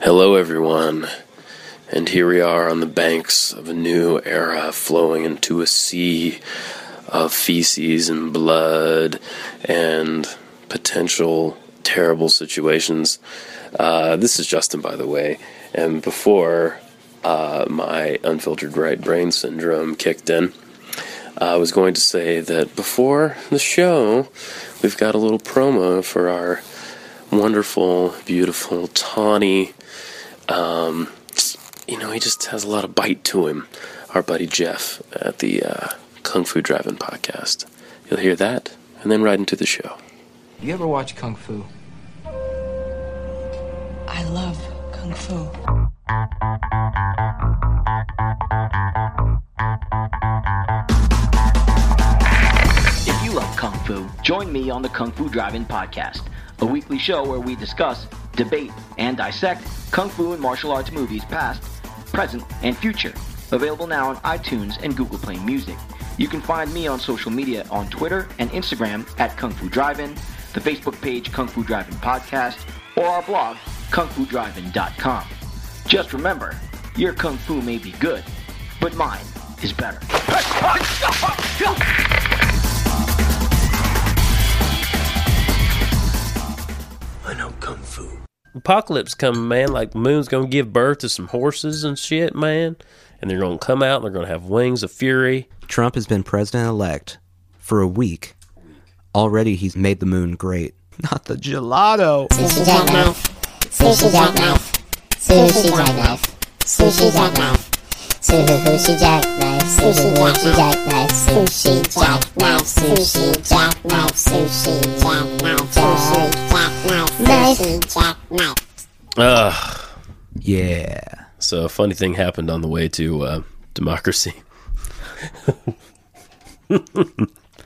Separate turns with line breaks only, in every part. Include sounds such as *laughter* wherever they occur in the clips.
Hello, everyone. And here we are on the banks of a new era flowing into a sea of feces and blood and potential terrible situations. Uh, this is Justin, by the way. And before uh, my unfiltered right brain syndrome kicked in, I was going to say that before the show, we've got a little promo for our wonderful, beautiful Tawny. Um, you know, he just has a lot of bite to him. Our buddy Jeff at the uh, Kung Fu Driving podcast. You'll hear that, and then right into the show.
You ever watch Kung Fu?
I love kung fu.
If you love Kung Fu, join me on the Kung Fu Drive In Podcast, a weekly show where we discuss, debate, and dissect Kung Fu and martial arts movies past, present, and future. Available now on iTunes and Google Play Music. You can find me on social media on Twitter and Instagram at Kung Fu Drive In, the Facebook page Kung Fu Drive In Podcast, or our blog, kungfudrivein.com. Just remember, your Kung Fu may be good, but mine is better.
Apocalypse coming, man. Like the moon's gonna give birth to some horses and shit, man. And they're gonna come out and they're gonna have wings of fury.
Trump has been president elect for a week. Already he's made the moon great. *laughs* Not the gelato.
Sushi jackknife. Sushi jackknife. Sushi jackknife. Sushi jackknife. Sushi jackknife. Sushi jackknife. Sushi jackknife. Sushi jackknife. Sushi jackknife. Sushi jackknife. Sushi jackknife.
Ugh.
Yeah.
Ah, So a funny thing happened on the way to uh, democracy. *laughs*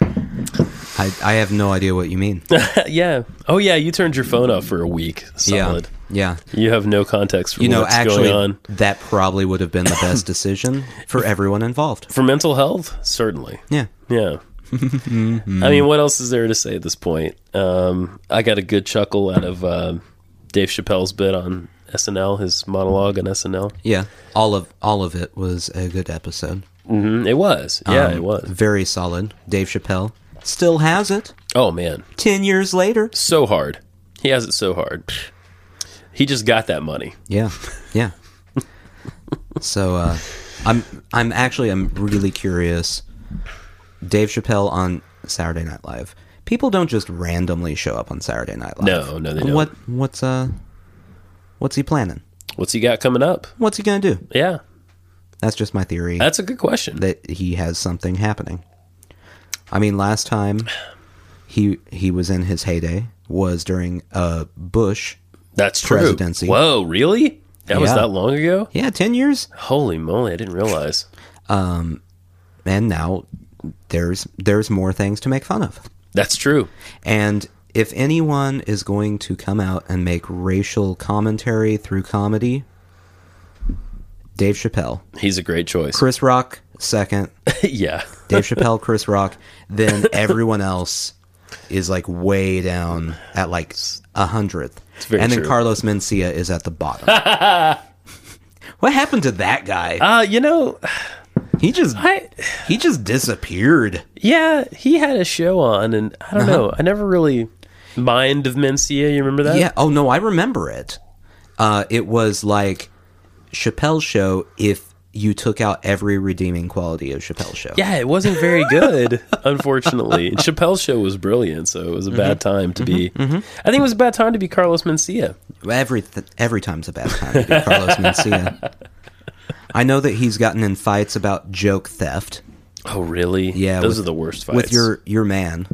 I, I have no idea what
*laughs*
you mean.
yeah. Oh yeah, you turned your phone off for a week.
yeah.
Solid.
Yeah.
You have no context for
You know,
what's going
actually,
on.
that probably would have been the
*laughs*
best decision for everyone involved.
For mental health, certainly.
Yeah.
Yeah. I mean, what else is there to say at this point? Um, I got a good chuckle out of um Dave Chappelle's bit on SNL, his monologue on SNL.
Yeah. All of all of it was a good episode.
Mm, It was. Yeah,
Um,
it was.
Very solid. Dave Chappelle still has it.
Oh, man.
10 years later.
So hard. He has it so hard. He just got that money.
Yeah, yeah. so uh, I'm I'm actually I'm really curious. Dave Chappelle on Saturday Night Live. People don't just randomly show up on Saturday Night Live.
No, no, they don't.
What what's uh what's he planning?
What's he got coming up?
What's he gonna do?
Yeah.
That's just my theory
That's a good question.
that he has something happening. I mean, last time he he was in his heyday was during uh Bush.
That's true.
Presidency.
Whoa, really? That was
Yeah.
that long ago?
Yeah, ten years.
Holy moly, I didn't realize.
and now there's there's more things to make fun of.
That's true.
And if anyone is going to come out and make racial commentary through comedy, Dave Chappelle,
He's a great choice.
Chris Rock second,
*laughs* yeah.
Dave
*laughs*
Chappelle, Chris Rock, then everyone else is like way down at like a hundredth,
very
and then
true.
Carlos Mencia is at
*laughs*
the bottom. what happened to that guy?
Uh, you know,
He just
I
he just disappeared.
yeah, he had a show on and I don't know. I never really mind of Mencia, you remember that?
Yeah. Oh no, I remember it. Uh, it was like Chappelle's show if you took out every redeeming quality of Chappelle's show.
Yeah, it wasn't very good, *laughs* unfortunately. And Chappelle's show was brilliant, so it was a bad time to be I think it was a bad time to be Carlos Mencia.
Every th- every time's a bad time to be *laughs* Carlos Mencia. I know that he's gotten in fights about joke theft.
Oh really?
Yeah,
Those
with-
are the worst fights.
With your your man,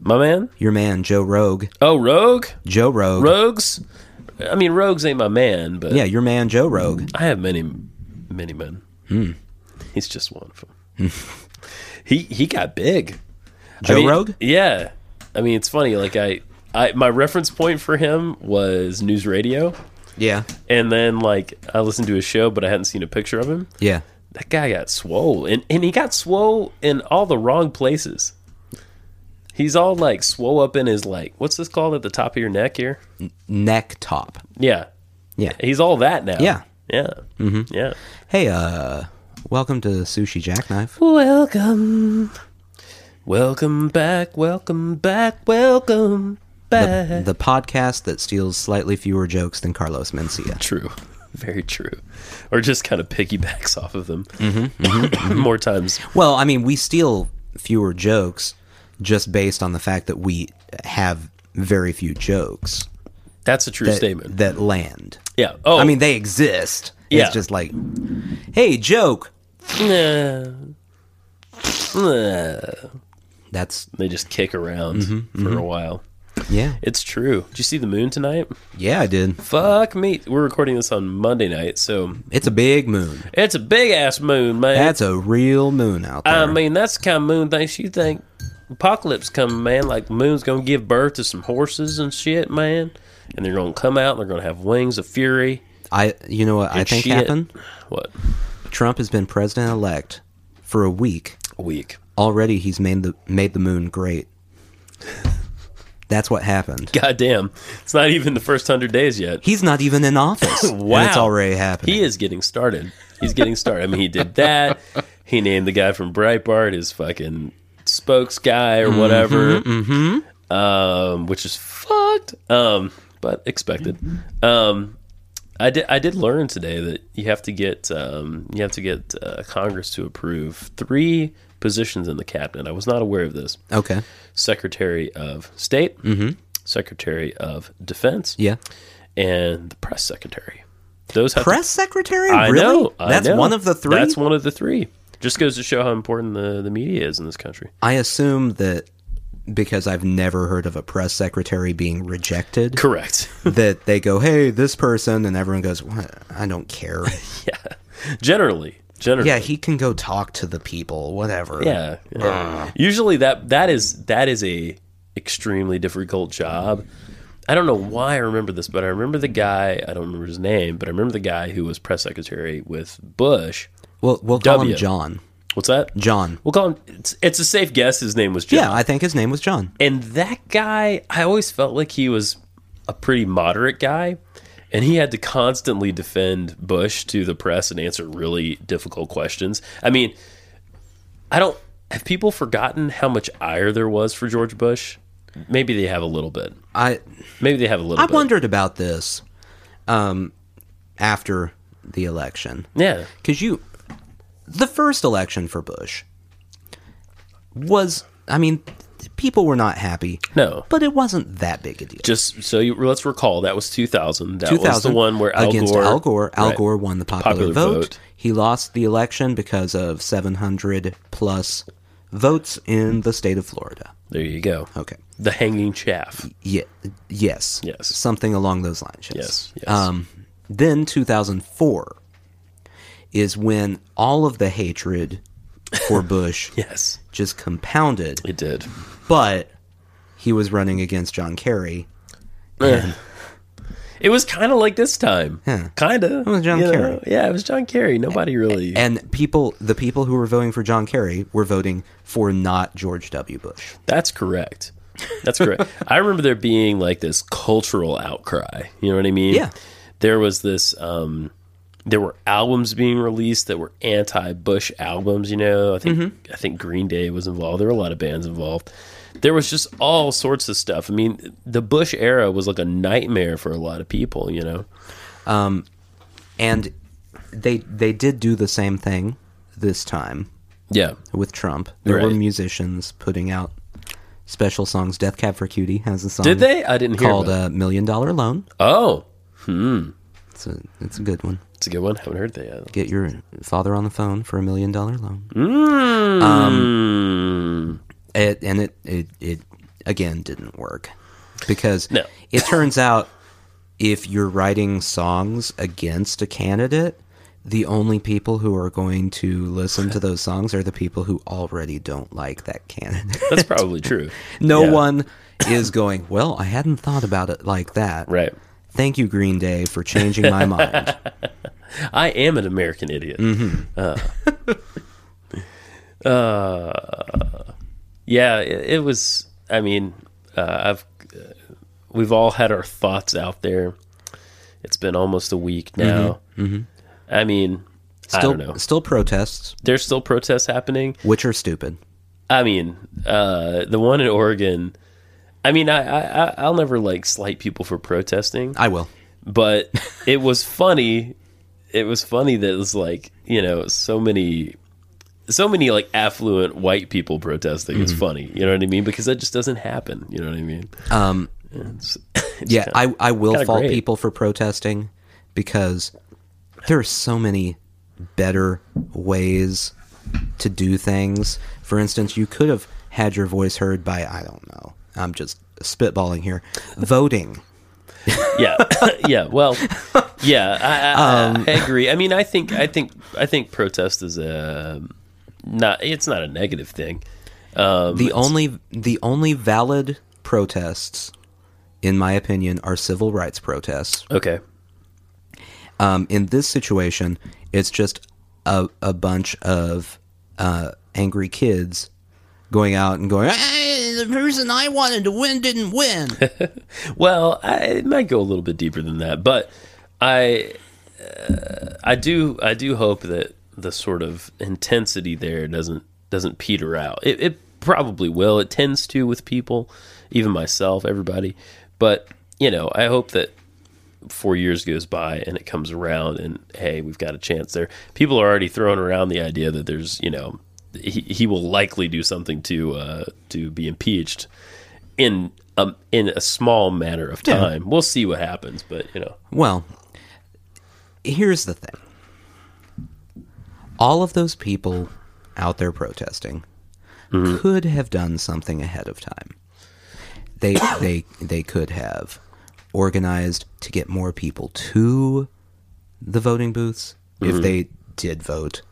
My man?
your man Joe Rogue,
Oh Rogue?
Joe Rogue.
Rogues? I mean Rogues ain't my man, but
Yeah, your man Joe Rogue.
I have many, many men.
Hmm.
He's just one of them. *laughs* he he got big.
Joe
I mean,
Rogue.
Yeah. I mean, it's funny. Like I, I my reference point for him was news radio,
Yeah.
and then like I listened to his show, but I hadn't seen a picture of him.
Yeah.
That guy got swole, and and he got swole in all the wrong places. He's all like swole up in his like what's this called at the top of your neck here?
Neck top.
Yeah.
Yeah.
He's all that now.
Yeah.
Yeah. Mm-hmm. Yeah.
Hey, uh, welcome to Sushi Jackknife.
Welcome. Welcome back. Welcome back. Welcome back.
The, the podcast that steals slightly fewer jokes than Carlos Mencia.
True. Very true. Or just kind of piggybacks off of them
Mm-hmm,
*laughs* more times.
Well, I mean, we steal fewer jokes just based on the fact that we have very few jokes
That's a true
that,
statement.
that land.
yeah. Oh,
I mean, they exist.
Yeah.
It's just like, hey, joke.
nah. Nah.
That's
they just kick around
Mm-hmm,
for a while.
yeah,
It's true. Did you see the moon tonight?
yeah. I did.
Fuck me. We're recording this on Monday night, so
It's a big moon.
it's a big ass moon, man.
That's a real moon out there.
I mean, that's the kind of moon things you think. Apocalypse coming, man. Like, moon's going to give birth to some horses and shit, man. And they're going to come out and they're going to have wings of fury.
I you know what I
and
think
shit.
happened?
What?
Trump has been president elect for a week.
A week.
Already he's made the made the moon great. That's what
*laughs*
happened.
Goddamn. It's not even the first 100 days yet.
He's not even in office.
*laughs* Wow.
And it's already happening.
He is getting started. He's getting started. I mean, he did that. He named the guy from Breitbart his fucking spokes guy
Mm-hmm,
or whatever, Um, which is fucked, um, but expected. Um, I did. I did learn today that you have to get um, you have to get uh, Congress to approve three positions in the cabinet. I was not aware of this.
Okay.
Secretary of State, Secretary of Defense,
Mm-hmm. Yeah.
and the press secretary. Those have to-
Press secretary?
Uh, I
really?
know. I
That's
know.
one of the three.
That's one of the three. Just goes to show how important the, the media is in this country. *laughs*
I assume that because I've never heard of a press secretary
*laughs*
being rejected,
Correct.
that they go, "Hey, this person," and everyone goes, what? "I
*laughs*
don't care."
yeah. Generally. Generally.
yeah, he can go talk to the people, whatever.
Yeah. yeah. Usually that that is that is a extremely difficult job. I don't know why I remember this, but I remember the guy, I don't remember his name, but I remember the guy who was press secretary with Bush.
Well, we'll call
W.
him John.
What's that?
John.
We'll call him it's, it's a safe guess his name was John.
Yeah, I think his name was John.
And that guy, I always felt like he was a pretty moderate guy. And he had to constantly defend Bush to the press and answer really difficult questions. I mean, I don't. Have people forgotten how much ire there was for George Bush? Maybe they have a little bit.
I
Maybe they have a little
I
bit.
wondered about this um after the election.
Yeah.
Cuz you the first election for Bush was I mean people were not happy,
No.
but it wasn't that big a deal.
Just so you, let's recall, that was 2000. That was the
2000
one where Al
against
Gore.
Al Gore, Al
Right.
Gore won the popular,
Popular
vote.
vote.
He lost the election because of 700 plus votes in the state of Florida.
There you go.
Okay.
The hanging chaff.
Yeah, yes.
Yes.
Something along those lines.
Yes, yes.
Um, then 2004 is when all of the hatred
*laughs*
for Bush
Yes.
just compounded,
It did.
but he was running against John Kerry.
It was kind of like this time.
Yeah.
Kind of. It
was John Kerry.
Yeah, it was John Kerry. Nobody really.
*laughs* And people, the people who were voting for John Kerry were voting for not George W. Bush.
That's correct. That's correct. I remember there being like this cultural outcry. You know what I mean?
Yeah.
There was this. um there were albums being released that were anti-Bush albums. You know, I think
Mm-hmm.
I think Green Day was involved. There were a lot of bands involved. There was just all sorts of stuff. I mean, the Bush era was like a nightmare for a lot of people. You know,
And they they did do the same thing this time
yeah,
with Trump. There were
Right.
musicians putting out special songs. Death Cab for Cutie has a song.
Did they? I didn't hear
Um, called
about
uh, Million Dollar Loan.
Oh,
It's a it's a good one.
it's a good one. Haven't heard that yet.
Get your father on the phone for a million dollar loan. Hmm.
Mm,
It, and it, it it again didn't work because
No.
it turns out if you're writing songs against a candidate, the only people who are going to listen to those songs are the people who already don't like that
*laughs*
candidate.
*laughs* that's probably true.
*laughs* no
Yeah.
one is going. Well, I hadn't thought about it like that.
Right.
Thank you, Green Day, for changing
*laughs*
my mind.
I am an American idiot.
Mm-hmm.
Uh, *laughs* uh, yeah, it, it was. I mean, uh, I've uh, we've all had our thoughts out there, It's been almost a week now. I mean, I
Mm-hmm. Still,
don't know.
still protests,
There's still protests happening.
which are stupid.
I mean, uh, the one in Oregon. I mean, I, I I- I'll never like slight people for protesting,
I will.
but it was funny. It was funny that it was like you know so many, so many like affluent white people protesting is funny. You know what I mean? Because that just doesn't happen. You know what I mean? Um,
yeah, I I will
kinda
fault
great.
people for protesting because there are so many better ways to do things. For instance, you could have had your voice heard by I don't know. I'm just spitballing here.
*laughs*
Voting.
yeah, *laughs* yeah. Well, yeah. I, I, I *laughs* agree. I mean, I think I think I think protest is a not. It's not a negative thing.
The only the only valid protests in my opinion are civil rights protests.
Okay.
Um, in this situation, it's just a, a bunch of uh, angry kids going out and going, "Ah, hey, the person I wanted to win didn't win.
Well, I, it might go a little bit deeper than that, but I, uh, I do, I do hope that the sort of intensity there doesn't doesn't peter out. It, it probably will. It tends to with people, even myself, everybody. But you know, I hope that four years goes by and it comes around, and hey, we've got a chance there. People are already throwing around the idea that there's, you know, he, he will likely do something to uh, to be impeached in um, in a small matter of time. We'll see what happens, but you know,
well, here's the thing all of those people out there protesting could have done something ahead of time. They, they, they could have organized to get more people to the voting booths if they did vote.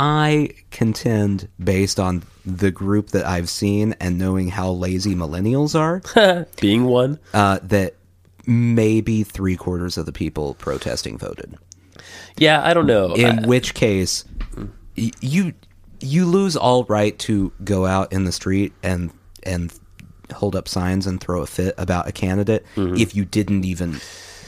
I contend, based on the group that I've seen and knowing how lazy millennials are,
*laughs* being one,
uh, that maybe three quarters of the people protesting voted.
yeah, I don't know.
In
I-
which case, y- you you lose all right to go out in the street and and hold up signs and throw a fit about a candidate if you didn't even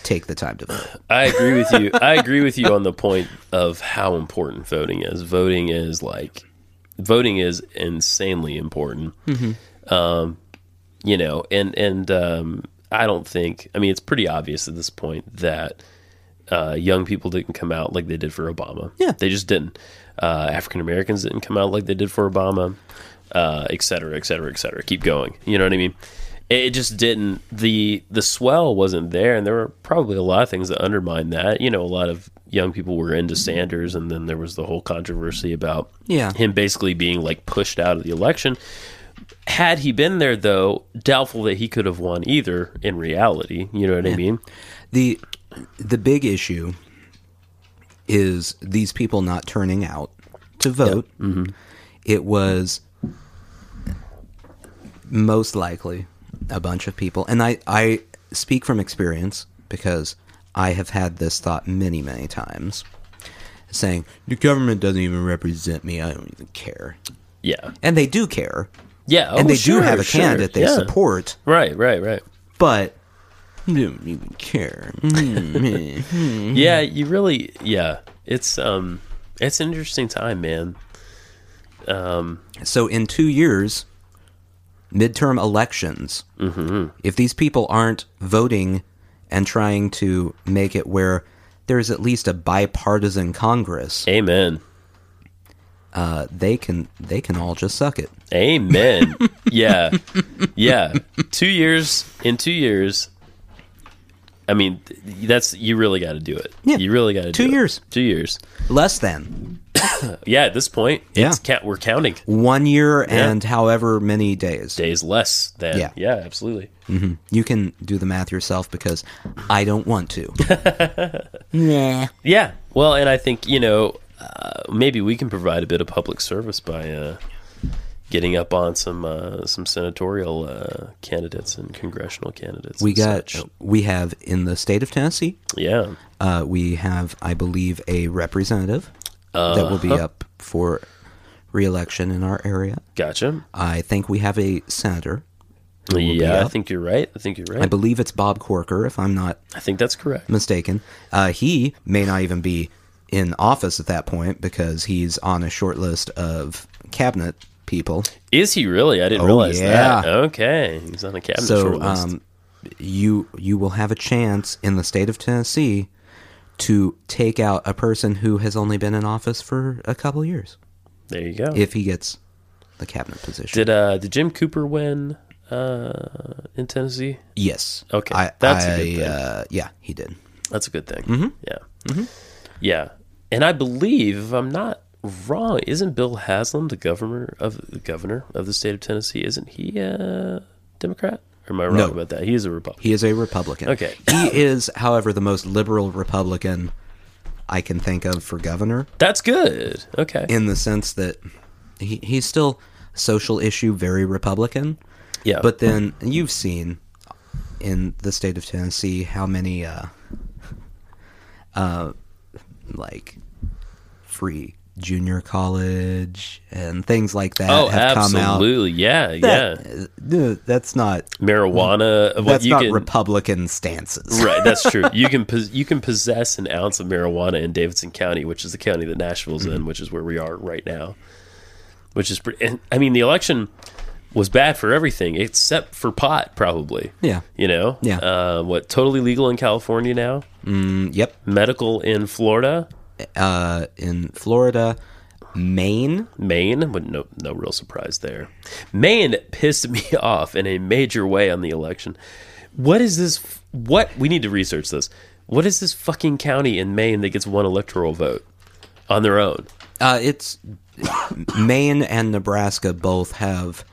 take the time to vote.
I agree with you. I agree with you on the point of how important voting is. Voting is like voting is insanely important. Um, you know, and and um, I don't think. I mean, it's pretty obvious at this point that uh, young people didn't come out like they did for Obama.
Yeah.
they just didn't. Uh, African Americans didn't come out like they did for Obama, uh, et cetera, et cetera, et cetera. Keep going. You know what I mean? It it just didn't. the The swell wasn't there, and there were probably a lot of things that undermined that. You know, a lot of young people were into Sanders, and then there was the whole controversy about
Yeah.
him basically being like pushed out of the election. Had he been there, though, doubtful that he could have won either. In reality, you know what I mean?
the The big issue is these people not turning out to vote.
Mm-hmm.
It was most likely a bunch of people, and I I speak from experience because I have had this thought many many times, saying the government doesn't even represent me. I don't even care,
Yeah,
and they do care,
yeah.
and
oh,
they
sure,
do have a
sure,
candidate they
yeah.
support,
Right, right, right.
but. they Don't even care. Mm-hmm.
Yeah, you really. Yeah, it's um, it's an interesting time, man.
So in two years, midterm elections, if these people aren't voting and trying to make it where there's at least a bipartisan Congress,
Amen.
uh, they can they can all just suck it. *laughs*
Amen. yeah. Yeah. Two years, in two years, I mean, th- that's, you really got to do it.
Yeah.
You really got to do
Two
it.
years.
Two years.
Less than
Yeah, at this point, it's ca- we're counting
one year and however many days.
days less than.
Yeah.
Yeah, yeah absolutely.
You can do the math yourself because I don't want to.
Yeah. Well, and I think, you know, uh, maybe we can provide a bit of public service by uh, getting up on some uh, some senatorial uh, candidates and congressional candidates.
We
and
got
such.
we have in the state of Tennessee,
Yeah.
uh, we have I believe a representative that will
Uh-huh.
be up for reelection in our area.
Gotcha.
I think we have a senator. who will be
Yeah, I
up.
think you're right. I think you're right.
I believe it's Bob Corker, if I'm not
I think that's correct.
mistaken. Uh, he may not even be in office at that point because he's on a short list of cabinet people.
Is he really? I didn't
Oh,
realize that.
yeah.
Okay, he's on a cabinet
so
short list.
um, you you will have a chance in the state of Tennessee to take out a person who has only been in office for a couple years
there you go.
if he gets the cabinet position.
did uh did Jim Cooper win uh in Tennessee?
yes.
Okay,
I,
that's
I,
a good thing.
Uh, yeah, he did.
That's a good thing.
Mm-hmm.
Yeah. Mm-hmm. Yeah. And I believe, if I'm not wrong, isn't Bill Haslam the governor of the governor of the state of Tennessee? Isn't he a Democrat? Or am I wrong
No.
about that? He is a Republican.
He is a Republican.
Okay.
He is, however, the most liberal Republican I can think of for governor.
That's good. Okay.
in the sense that he, he's still social issue very republican
yeah.
but then you've seen in the state of tennessee how many uh uh like free junior college and things like that
oh,
have come out
absolutely. Yeah.
That-
yeah.
uh, that's not
Marijuana. what
that's
you
not
can,
republican
*laughs*
stances
Right, that's true. You can pos- you can possess an ounce of marijuana in Davidson County, which is the county that Nashville's
Mm-hmm.
in, which is where we are right now. Which is pretty. And, I mean, the election was bad for everything except for pot, probably.
Yeah.
You know.
Yeah.
Uh, what totally legal in California now?
*laughs* yep
Medical in Florida,
uh in florida maine
Maine. But no, no real surprise there. Maine pissed *laughs* me off in a major way on the election. What is this? f- What we need to research this. What is this fucking county in Maine that gets one electoral vote on their own?
Uh, it's *coughs* Maine and Nebraska both have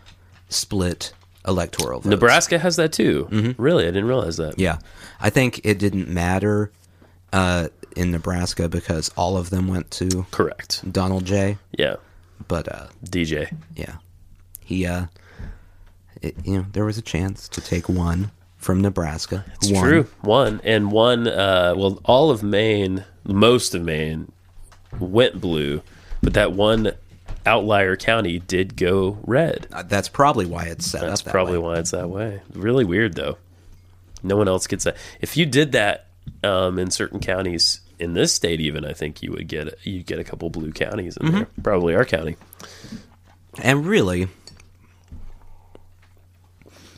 split electoral votes.
Nebraska has that too. Really, I didn't realize that.
Yeah, I think it didn't matter uh, in Nebraska because all of them went to
Correct.
Donald J.
Yeah,
But uh,
DJ.
yeah, he uh, it, you know there was a chance to take one from Nebraska.
It's true. One and one. Uh, well, all of Maine, most of Maine, went blue, but that one outlier county did go red.
Uh, That's probably why it's set
That's
up. That
probably
way.
why it's that way. Really weird though. No one else gets that. If you did that um, in certain counties in this state, even I think you would get you would get a couple blue counties in
Mm-hmm.
there. Probably our county.
And really,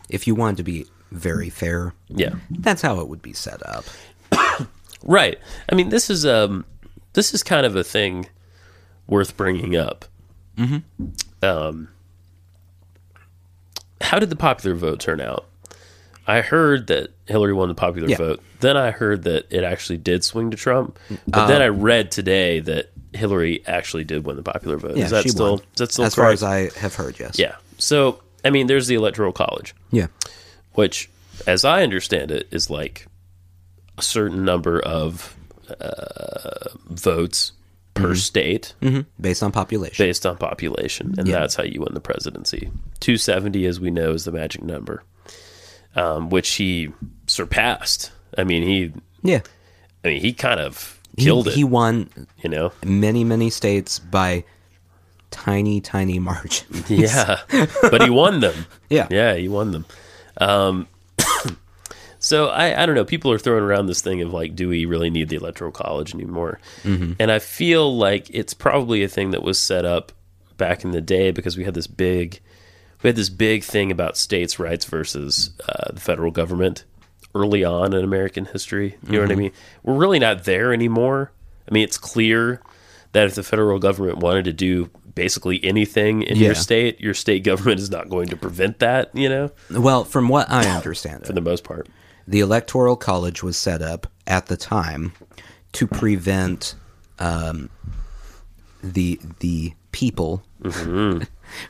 if you wanted to be very fair,
Yeah.
that's how it would be set up.
Right. I mean, this is um, this is kind of a thing worth bringing up.
Mm-hmm.
Um, how did the popular vote turn out? I heard that Hillary won the popular
Yeah.
vote. Then I heard that it actually did swing to Trump. But
Um,
then I read today that Hillary actually did win the popular vote. is that
she
still
won.
is that still
as far
correct?
as I have heard? Yes.
yeah. So I mean, there's the Electoral College
Yeah.
which, as I understand it, is like a certain number of uh, votes per
Mm-hmm.
state
Based on population.
based on population, and
Yeah.
that's how you win the presidency. Two seventy, as we know, is the magic number, um, which he surpassed. I mean, he,
yeah.
I mean, he kind of
He-
killed
he,
it.
won
you know,
many many states by tiny tiny margin.
*laughs* yeah, but he won them.
*laughs* Yeah.
yeah, he won them. Um, so I, I don't know. People are throwing around this thing of like, do we really need the electoral college anymore? And I feel like it's probably a thing that was set up back in the day because we had this big, we had this big thing about states' rights versus uh, the federal government early on in American history. You know what I mean? We're really not there anymore. I mean, it's clear that if the federal government wanted to do basically anything in your
Yeah.
state, your state *laughs* government is not going to prevent that. You know,
Well, from what I understand,
for
it,
the most part.
the electoral college was set up at the time to prevent um, the the people *laughs*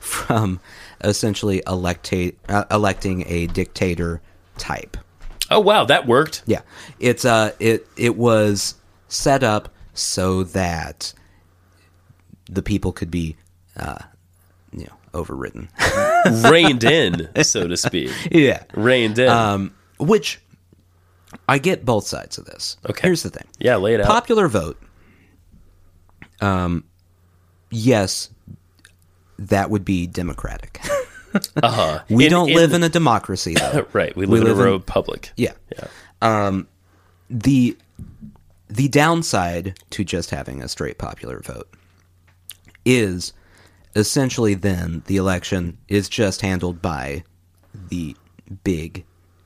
from essentially electate, uh, electing a dictator type.
Oh wow, that worked.
Yeah, it's uh, it it was set up so that the people could be, uh, you know, overridden.
Reined in, so *laughs* to speak.
*laughs* yeah, Um,
Reined in.
which I get both sides of this.
Okay.
here's the thing:
yeah, lay it out.
popular vote. Um, yes, that would be democratic. We
Uh-huh. In-
don't
in-
live in a democracy, though.
Right. We live in
live
a
in-
republic.
Yeah. Um, the the downside to just having a straight popular vote is essentially then the election is just handled by the big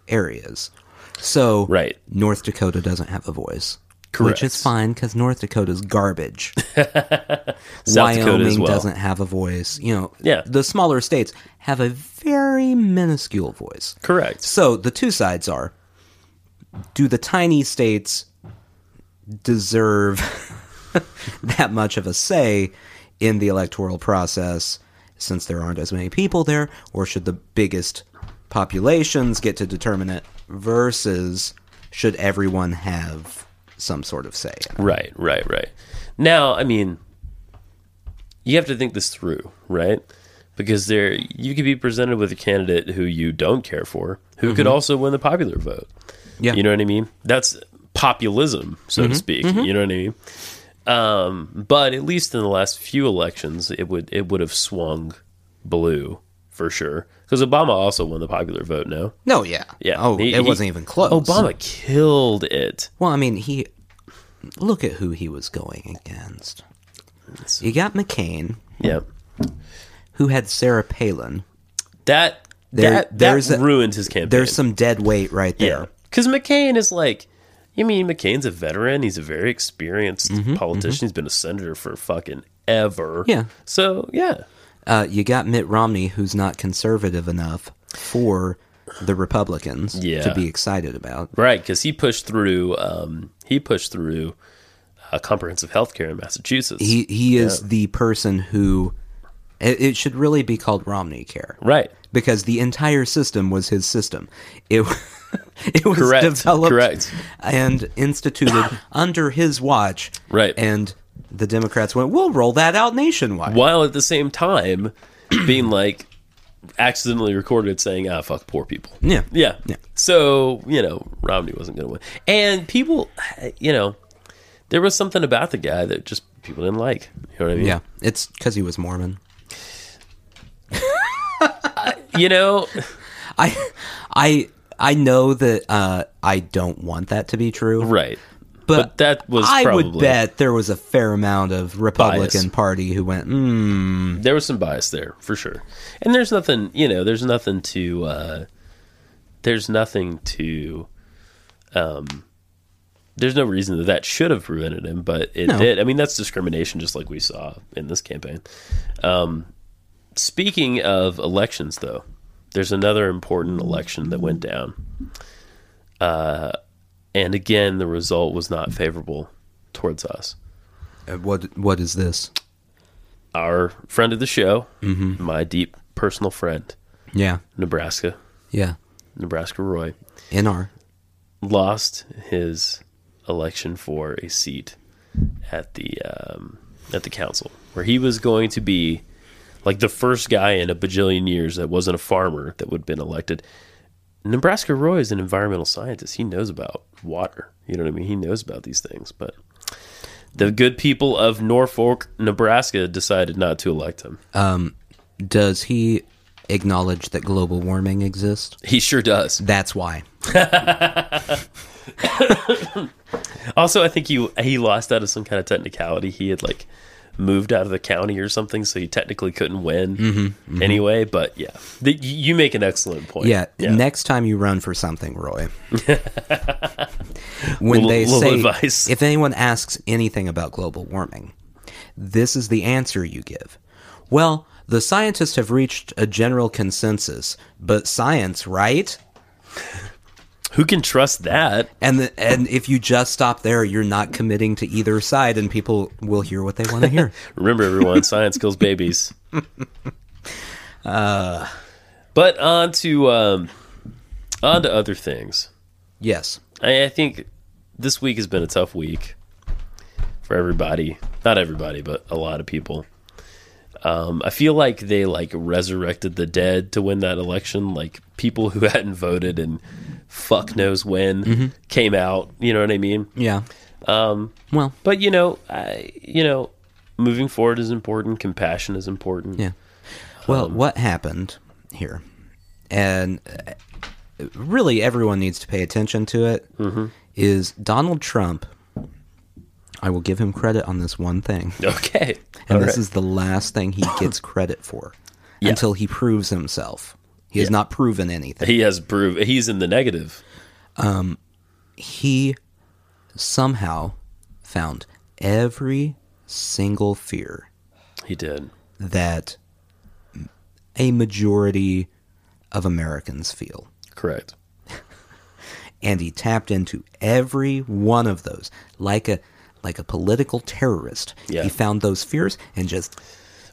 areas. So
Right.
North Dakota doesn't have a voice.
Correct.
Which is fine because North
*laughs*
Dakota's garbage.
South
Wyoming
Dakota as well.
doesn't have a voice. You know,
Yeah.
the smaller states have a very minuscule voice.
Correct.
So the two sides are do the tiny states deserve *laughs* that much of a say in the electoral process since there aren't as many people there, or should the biggest populations get to determine it versus should everyone have some sort of say in it?
Right, right, right. Now, I mean, you have to think this through, right? Because there, you could be presented with a candidate who you don't care for, who could also win the popular vote.
Yeah.
You know what I mean? That's populism, so to speak. You know what I mean? Um, but at least in the last few elections, it would it would have swung blue for sure. Because Obama also won the popular vote. No,
No, yeah.
yeah,
Oh,
He-
it
he-
wasn't even close.
Obama killed it.
Well, I mean, he. Look at who he was going against. You got McCain,
Yeah,
who had Sarah Palin.
that
There-
that
there's
that
a-
ruined his campaign.
There's some dead weight right
yeah,
there.
because McCain is like. You mean McCain's a veteran? He's a very experienced
Mm-hmm,
politician. He's been a senator for fucking ever.
Yeah.
So yeah,
Uh, you got Mitt Romney, who's not conservative enough for the Republicans
Yeah.
to be excited about.
Right, because he pushed through. Um, he pushed through uh, comprehensive health care in Massachusetts.
He he is the person who. It, it should really be called Romney Care.
right,
because the entire system was his system. It *laughs* it was
Correct,
developed
correct.
and
*coughs*
instituted under his watch.
Right.
And the Democrats went, "We'll roll that out nationwide."
while at the same time *clears throat* being like accidentally recorded saying, "Ah, fuck poor people."
Yeah.
Yeah.
Yeah.
So you know Romney wasn't going to win, and people, you know, there was something about the guy that just people didn't like. You know what I mean?
Yeah. It's cuz he was Mormon.
You know, *laughs*
I I I know that uh, I don't want that to be true.
right? but
But,
that was
I would
probably-
bet there was a fair amount of Republican
Bias.
party who went, mm,
there was some bias there for sure and there's nothing you know there's nothing to uh there's nothing to um there's no reason that that should have prevented him but it
No.
did i mean that's discrimination just like we saw in this campaign um speaking of elections though there's another important election that went down uh and again the result was not favorable towards us
uh, "What what is this?"
our friend of the show my deep personal friend
Yeah.
Nebraska,
Yeah.
Nebraska Roy,
NR.
lost his election for a seat at the um, at the council, where he was going to be like the first guy in a bajillion years that wasn't a farmer that would have been elected. Nebraska Roy is an environmental scientist. He knows about water. You know what I mean? He knows about these things, but the good people of Norfolk, Nebraska decided not to elect him.
Does he acknowledge that global warming exists?
He sure does.
That's why.
Also, I think he he lost out of some kind of technicality. He had like moved out of the county or something, so he technically couldn't win
Mm-hmm,
anyway. But yeah, the, y- you make an excellent point.
Yeah. Next time you run for something,
*laughs*
Roy. when
Little-
they
little
say,
advice.
if anyone asks anything about global warming, this is the answer you give. Well, the scientists have reached a general consensus, but science, right?
who can trust that?
And the, and if you just stop there, you're not committing to either side, and people will hear what they want to
*laughs*
hear.
Remember, everyone, science kills
*laughs*
babies. Uh, but on to um, on to other things.
yes.
I, I think this week has been a tough week for everybody. Not everybody, but a lot of people. Um, I feel like they like resurrected the dead to win that election. Like people who *laughs* hadn't voted and fuck knows when
Mm-hmm.
came out. You know what I mean?
Yeah.
Um,
well,
But you know, I, you know, moving forward is important. Compassion is important.
Yeah. Well, what happened here, and uh, really everyone needs to pay attention to it. Is
Mm-hmm.
Donald Trump? I will give him credit on this one thing,
*laughs* Okay.
and
All right.
this is the last
*coughs*
thing he gets credit for
Yeah.
until he proves himself. He has not proven anything.
he has proved he's in the negative.
he somehow found every single fear
He did.
that a majority of Americans feel.
Correct.
And he tapped into every one of those like a like a political terrorist.
Yeah.
He found those fears and just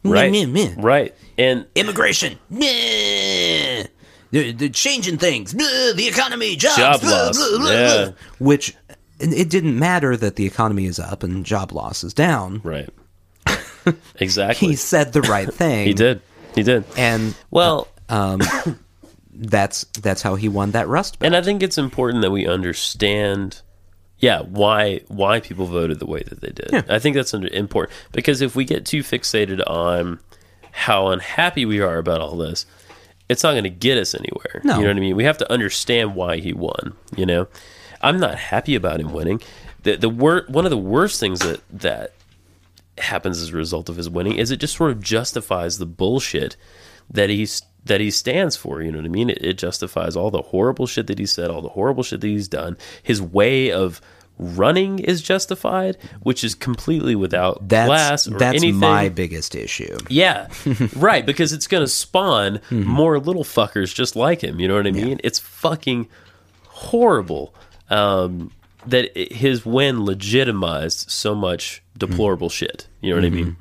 Right.
meh, meh, meh.
Right. And
immigration. Meh. They're, they're changing things. Meh. The economy, jobs,
Job
blah,
loss.
blah, blah,
Yeah.
blah. Which and it didn't matter that the economy is up and job loss is down. *laughs*
right. exactly.
He said the right thing.
*laughs* he did. He did.
And uh,
well,
that's that's how he won that Rust Belt.
and I think it's important that we understand yeah, why why people voted the way that they did. I think that's under, important because if we get too fixated on how unhappy we are about all this, it's not going to get us anywhere.
No.
You know what I mean? We have to understand why he won, you know. I'm not happy about him winning. The the wor- one of the worst things that that happens as a result of his winning is it just sort of justifies the bullshit that he's that he stands for. You know what I mean? It, it justifies all the horrible shit that he said, all the horrible shit that he's done. His way of running is justified, which is completely without
That's
class or
that's
anything.
my biggest issue.
Yeah, right. Because it's going to spawn more little fuckers just like him. You know what I mean? It's fucking horrible um, that i his win legitimized so much deplorable shit. You know what I mean?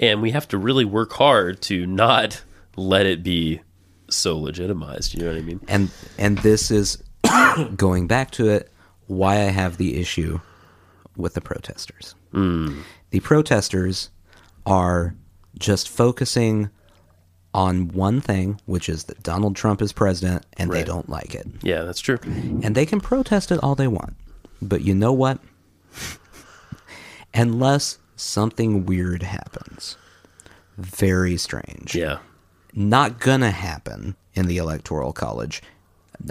And we have to really work hard to not let it be so legitimized. You know what I mean?
And and this is *coughs* going back to it why I have the issue with the protesters. The protesters are just focusing on one thing, which is that Donald Trump is president and they
Right.
don't like it.
Yeah, that's true.
And they can protest it all they want. But you know what? *laughs* Unless something weird happens, very strange.
Yeah,
Not gonna happen in the Electoral College.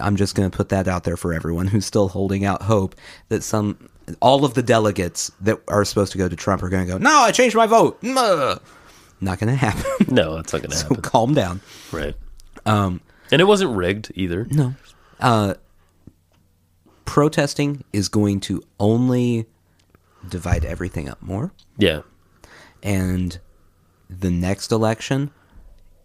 I'm just gonna put that out there for everyone who's still holding out hope that some, all of the delegates that are supposed to go to Trump are gonna go, no, I changed my vote. Mwah." Not gonna happen. *laughs*
no, that's not going to
so
happen.
calm down.
Right. and it wasn't rigged either.
No. Uh, protesting is going to only divide everything up more.
Yeah.
And the next election,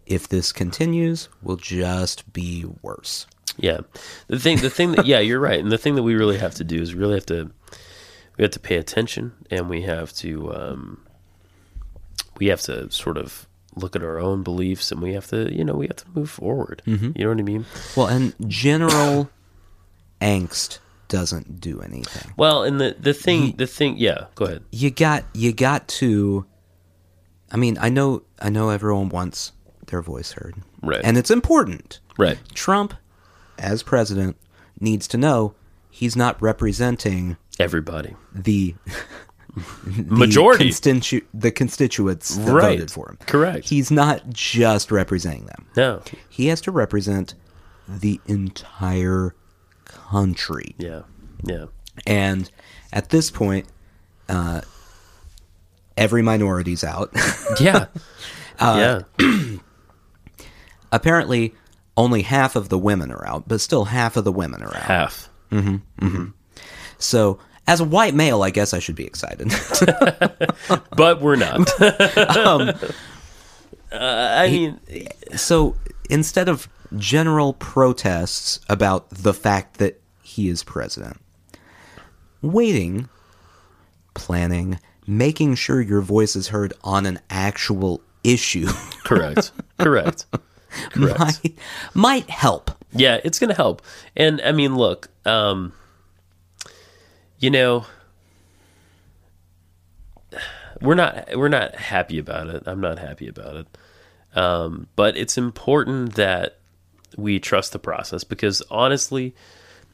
if this continues, will just be worse.
Yeah, the thing, the thing that yeah, you're right, and the thing that we really have to do is we really have to we have to pay attention, and we have to um, we have to sort of look at our own beliefs, and we have to you know we have to move forward. You know what I mean?
Well, and general angst doesn't do anything.
Well, and the the thing, the thing, yeah, go ahead.
You got you got to I mean, I know I know everyone wants their voice heard.
Right.
And it's important.
Right,
Trump, as president, needs to know he's not representing
everybody,
the, the
majority,
constitu- the constituents that
Right.
voted for him.
Correct.
He's not just representing them.
no,
He has to represent the entire country.
yeah, yeah,
And at this point, uh, every minority's out. *laughs*
*laughs* yeah, Uh, yeah,
Apparently, only half of the women are out, but still half of the women are out.
half.
So, as a white male, I guess I should be excited. *laughs*
But we're *laughs* not. Um, *laughs* Uh, I mean,
So instead of general protests about the fact that he is president, waiting, planning, making sure your voice is heard on an actual issue *laughs*
correct, *laughs* correct, correct.
might, might help.
Yeah, it's going to help. And I mean, look, um, you know, we're not we're not happy about it. I'm not happy about it. Um, but it's important that we trust the process because honestly,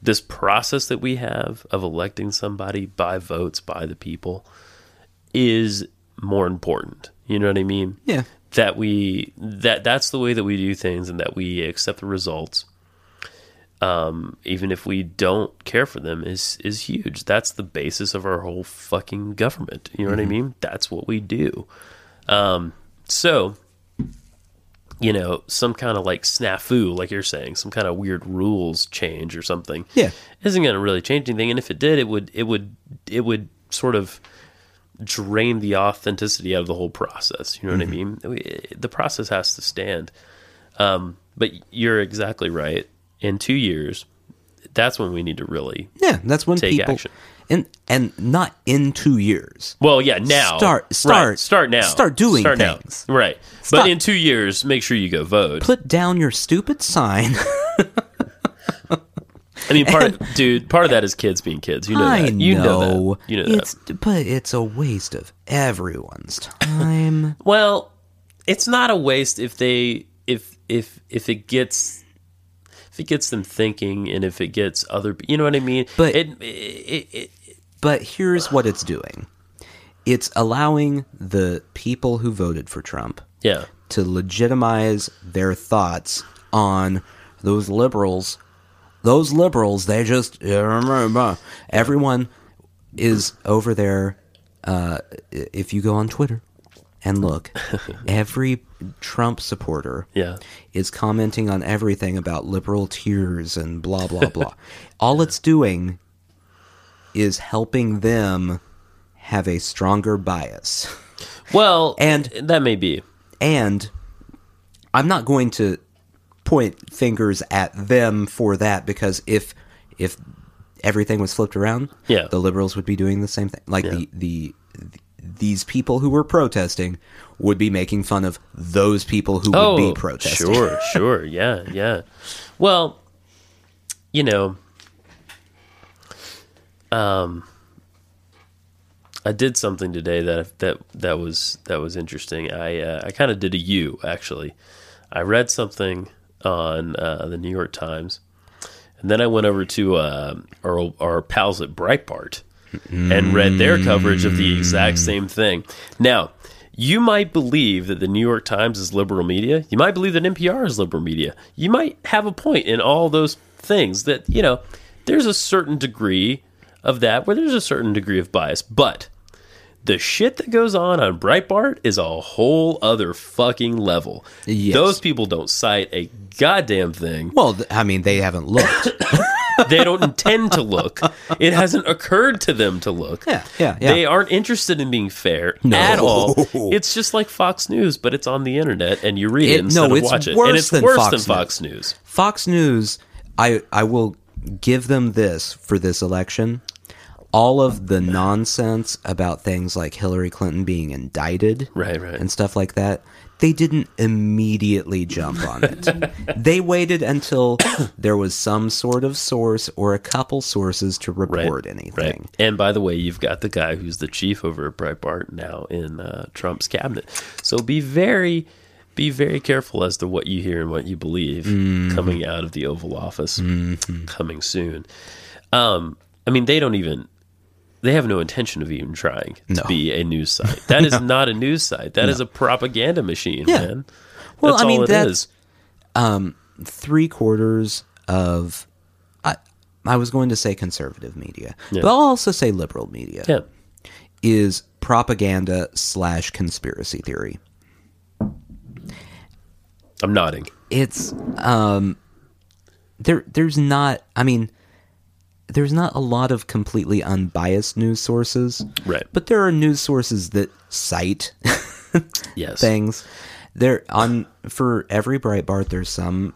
this process that we have of electing somebody by votes by the people is more important. You know what I mean?
Yeah.
that we that that's the way that we do things and that we accept the results um, even if we don't care for them is is huge that's the basis of our whole fucking government you know what i mean that's what we do um, so you know some kind of like snafu like you're saying some kind of weird rules change or something
Yeah.
isn't going to really change anything and if it did it would it would it would sort of drain the authenticity out of the whole process you know what i mean We- the process has to stand um, but you're exactly right in two years that's when we need to really
Yeah, that's when
Take
people
action.
and and not in two years.
well yeah now
Start-
Right,
start-
start now
start doing things.
now. right
Stop.
but in two years make sure you go vote
Put down your stupid sign.
i mean part
*laughs*
dude part of that is kids being kids *laughs* you know
I
that you know that you know that
it's, but it's a waste of everyone's time. *laughs*
Well, it's not a waste if they if if if it gets if it gets them thinking and if it gets other you know what I mean.
But-
it, it, it,
But here's what it's doing it's allowing the people who voted for Trump
yeah,
to legitimize their thoughts on those liberals. Those liberals, they just. Everyone is over there. Uh, if you go on Twitter and look, every Trump supporter
yeah,
is commenting on everything about liberal tears and blah blah blah. All it's doing is helping them have a stronger bias.
Well,
And-
that may be
And I'm not going to point fingers at them for that because if if everything was flipped around,
Yeah.
the liberals would be doing the same thing. Like the, the these people who were protesting would be making fun of those people who would be protesting.
Oh, Sure,
*laughs*
sure, yeah, yeah. Well, you know, um, I did something today that that that was that was interesting. I uh, I kind of did a U actually. I read something on uh, the New York Times, and then I went over to uh, our our pals at Breitbart and read their coverage of the exact same thing. Now, you might believe that the New York Times is liberal media. You might believe that NPR is liberal media. You might have a point in all those things that, you know, there's a certain degree of that where there's a certain degree of bias. But the shit that goes on on Breitbart is a whole other fucking level.
Yes.
Those people don't cite a goddamn thing
Well, th- I mean, they
*coughs*
haven't looked.
they don't intend to look. It hasn't occurred to them to look.
Yeah, yeah, yeah.
They aren't interested in being fair at
*laughs*
all. It's just like Fox News, but it's on the internet and you read it,
It-
instead
no,
of
it's
watch it.
worse
And it's
than
worse
Fox
than
News.
Fox News.
Fox News, I I will give them this for this election. All of the nonsense about things like Hillary Clinton being indicted,
Right, right.
and stuff like that, they didn't immediately jump on it.
*laughs*
they waited until there was some sort of source or a couple sources to
Right.
report
Right.
anything.
And by the way, you've got the guy who's the chief over at Breitbart now in uh, Trump's cabinet. So be very be very careful as to what you hear and what you believe
Mm-hmm.
coming out of the Oval Office coming soon. Um, I mean, they don't even they have no intention of even trying to
No.
be a news site.
*laughs*
That is not a news site. That is a propaganda machine,
Yeah.
man.
Well,
that's
I mean,
all it is.
that's- three quarters of I I was going to say conservative media, but I'll also say liberal media.
Yeah.
is propaganda slash conspiracy theory.
I'm nodding.
It's um there there's not I mean there's not a lot of completely unbiased news sources.
Right.
But there are news sources that cite *laughs*
Yes.
things. There on for every Breitbart there's some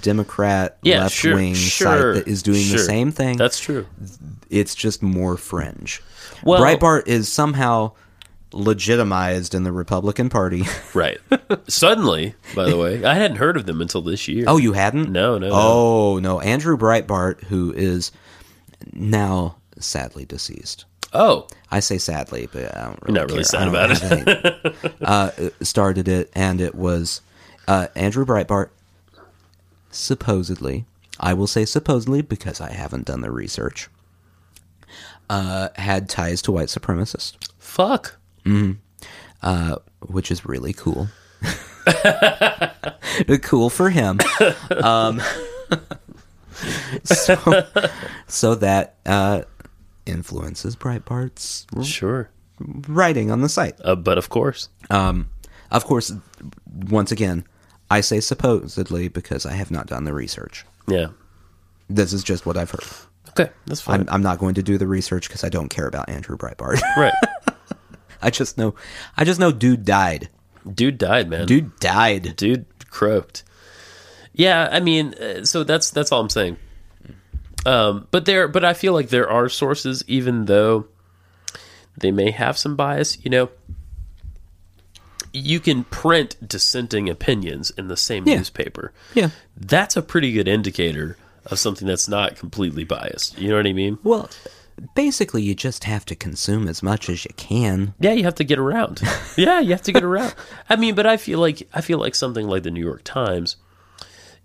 Democrat
Yeah,
left
sure,
wing
sure,
site that is doing
sure.
the same thing.
That's true.
it's just more fringe.
Well-
Breitbart is somehow legitimized in the Republican
*laughs*
Party.
Right. Suddenly, by the way, I hadn't heard of them until this year.
oh, you hadn't?
*laughs* No, no, no.
Oh no, Andrew Breitbart, who is now sadly deceased.
Oh,
I say sadly, but I don't really
not really
care.
sad
I don't
about
have any- uh, started it, and it was uh, Andrew Breitbart. Supposedly, I will say supposedly because I haven't done the research. Uh, had ties to white supremacists.
fuck.
uh, which is really cool. *laughs* cool for him. Um, *laughs* so, so that uh, influences Breitbart's
Sure.
writing on the site.
Uh, but of course.
Of course, once again, I say supposedly because I have not done the research.
Yeah.
This is just what I've heard.
Okay. That's fine.
I'm, I'm not going to do the research because I don't care about Andrew Breitbart.
*laughs*
*laughs*
right.
I just know, I just know, dude died.
Dude died, man.
Dude died.
dude croaked. Yeah, I mean, uh, so that's that's all I'm saying. Um, but there, but I feel like there are sources, even though they may have some bias. You know, you can print dissenting opinions in the same
Yeah.
newspaper.
Yeah.
That's a pretty good indicator of something that's not completely biased. You know what I mean?
Well, basically, you just have to consume as much as you can.
Yeah, you have to get around. *laughs* Yeah, you have to get around. I mean, but I feel like I feel like something like the New York Times,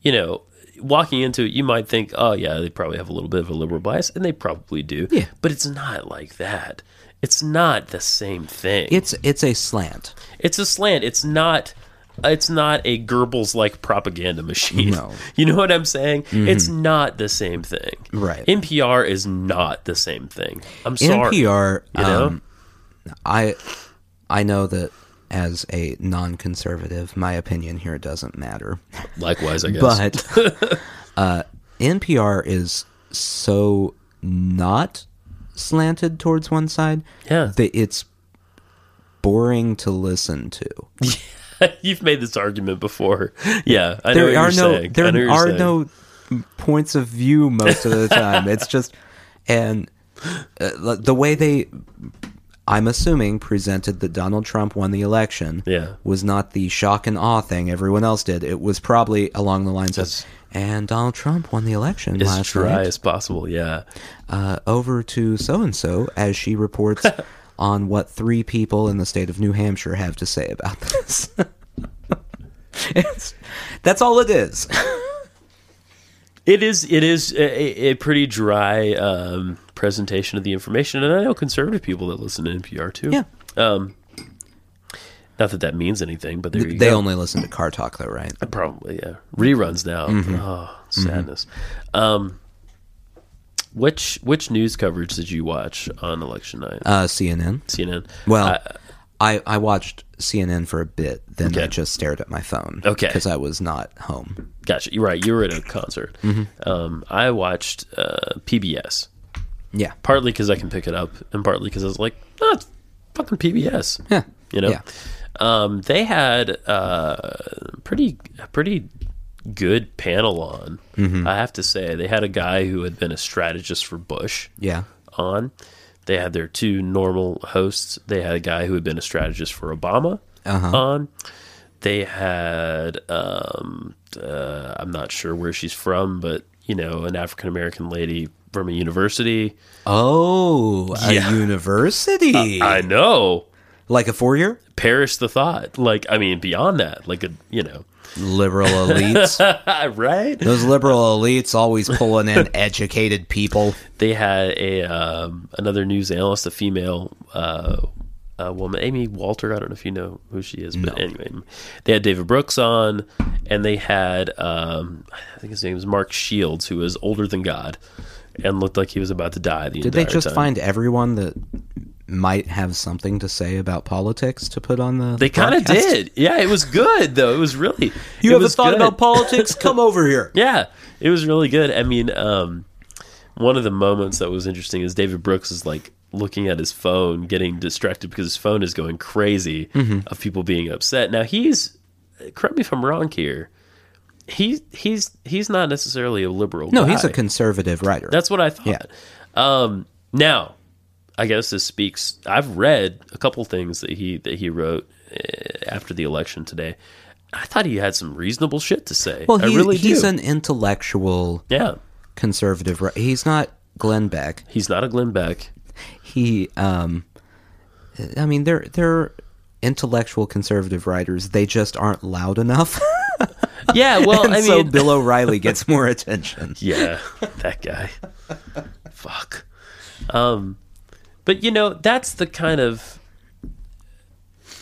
you know, walking into it, you might think, oh yeah, they probably have a little bit of a liberal bias, and they probably do.
Yeah.
But it's not like that. It's not the same thing.
It's it's a slant.
it's a slant. It's not it's not a Goebbels like propaganda machine.
No.
*laughs*
Mm-hmm.
You know what I'm saying? It's not the same thing.
Right.
NPR is not the same thing. I'm sorry.
NPR.
You know?
um, I I know that as a non-conservative, my opinion here doesn't matter.
Likewise, I guess.
But uh,
*laughs*
NPR is so not slanted towards one side
Yeah.
that it's boring to listen to.
*laughs* You've made this argument before. *laughs* Yeah, I know what
There
you're
are no
saying. I know what
there
you're
are
saying.
no points of view most of the time. it's just and uh, like, the way they I'm assuming presented that Donald Trump won the election
Yeah.
was not the shock and awe thing everyone else did. It was probably along the lines
That's-
of and Donald Trump won the election
As
last
dry
night.
as possible. Yeah,
uh, over to so and so as
*laughs*
she reports on what three people in the state of New Hampshire have to say about this. *laughs* it's, that's all it is.
it is. It is a, a pretty dry um, presentation of the information, and I know conservative people that listen to NPR too.
Yeah.
Um, not that that means anything, but there you
They
go.
only listen to car talk though, right?
Probably yeah. Reruns now.
Mm-hmm.
Oh, sadness. Um, which which news coverage did you watch on election night?
Uh, CNN.
CNN.
Well,
I-
I, I watched CNN for a bit, then
Okay.
I just stared at my phone.
Okay.
Because I was not home.
Gotcha. You're right. You were at a concert.
Mm-hmm.
Um, I watched uh, PBS
Yeah.
partly because I can pick it up, and partly because I was like, "Oh, it's fucking PBS."
Yeah.
You know,
Yeah.
um, they had uh, pretty a pretty good panel on. I have to say, they had a guy who had been a strategist for Bush
Yeah.
on. They had their two normal hosts. They had a guy who had been a strategist for Obama on. They had, um, uh, I'm not sure where she's from, but you know, an African American lady from a university.
Oh, a
Yeah.
university.
I know.
like a four year?
Perish the thought. Like, I mean, beyond that, like a you know, *laughs*
Liberal elites.
right?
Those liberal elites always
*laughs*
pulling in educated people.
They had a um, another news analyst, a female uh, a woman, Amy Walter. I don't know if you know who she is, but anyway, they had David Brooks on, and they had um, I think his name was Mark Shields, who was older than God and looked like he was about to die. The
Did they
entire
just
time.
find everyone that might have something to say about politics to put on the?
They kind of
broadcast?
did. Yeah, it was good though. It was really. it
You have a
was
thought
good.
about politics? Come over here.
*laughs* Yeah, it was really good. I mean, um, one of the moments that was interesting is David Brooks is like looking at his phone, getting distracted because his phone is going crazy
Mm-hmm.
of people being upset. Now he's, correct me if I'm wrong here, he he's he's not necessarily a liberal.
No, he's a
guy.
conservative writer.
That's what I thought.
Yeah.
Um, now, I guess this speaks. I've read a couple things that he that he wrote eh, after the election today. I thought he had some reasonable shit to say.
well,
I
he,
really
he's
do.
an intellectual
yeah.
conservative. ri- He's not Glenn Beck.
He's not a Glenn Beck.
He, um, I mean, they're they're intellectual conservative writers. They just aren't loud enough. *laughs*
Yeah, *laughs* well,
and
I
so
mean,
Bill O'Reilly gets more attention.
yeah, that guy. Fuck. Um, but you know, that's the kind of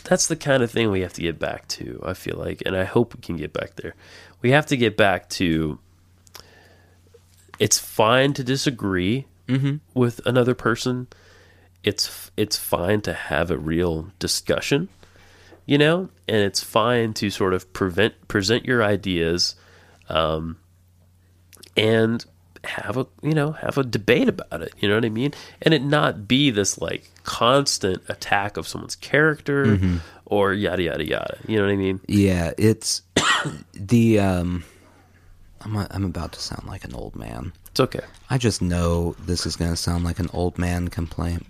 that's the kind of thing we have to get back to. I feel like, and I hope we can get back there. We have to get back to. It's fine to disagree with another person. It's it's fine to have a real discussion, you know, and it's fine to sort of prevent present your ideas, um, and have a you know have a debate about it. You know what I mean? And it not be this like constant attack of someone's character or yada yada yada. You know what I mean?
Yeah, it's *coughs* the um I'm a, I'm about to sound like an old man.
It's okay.
I just know this is going to sound like an old man complaint.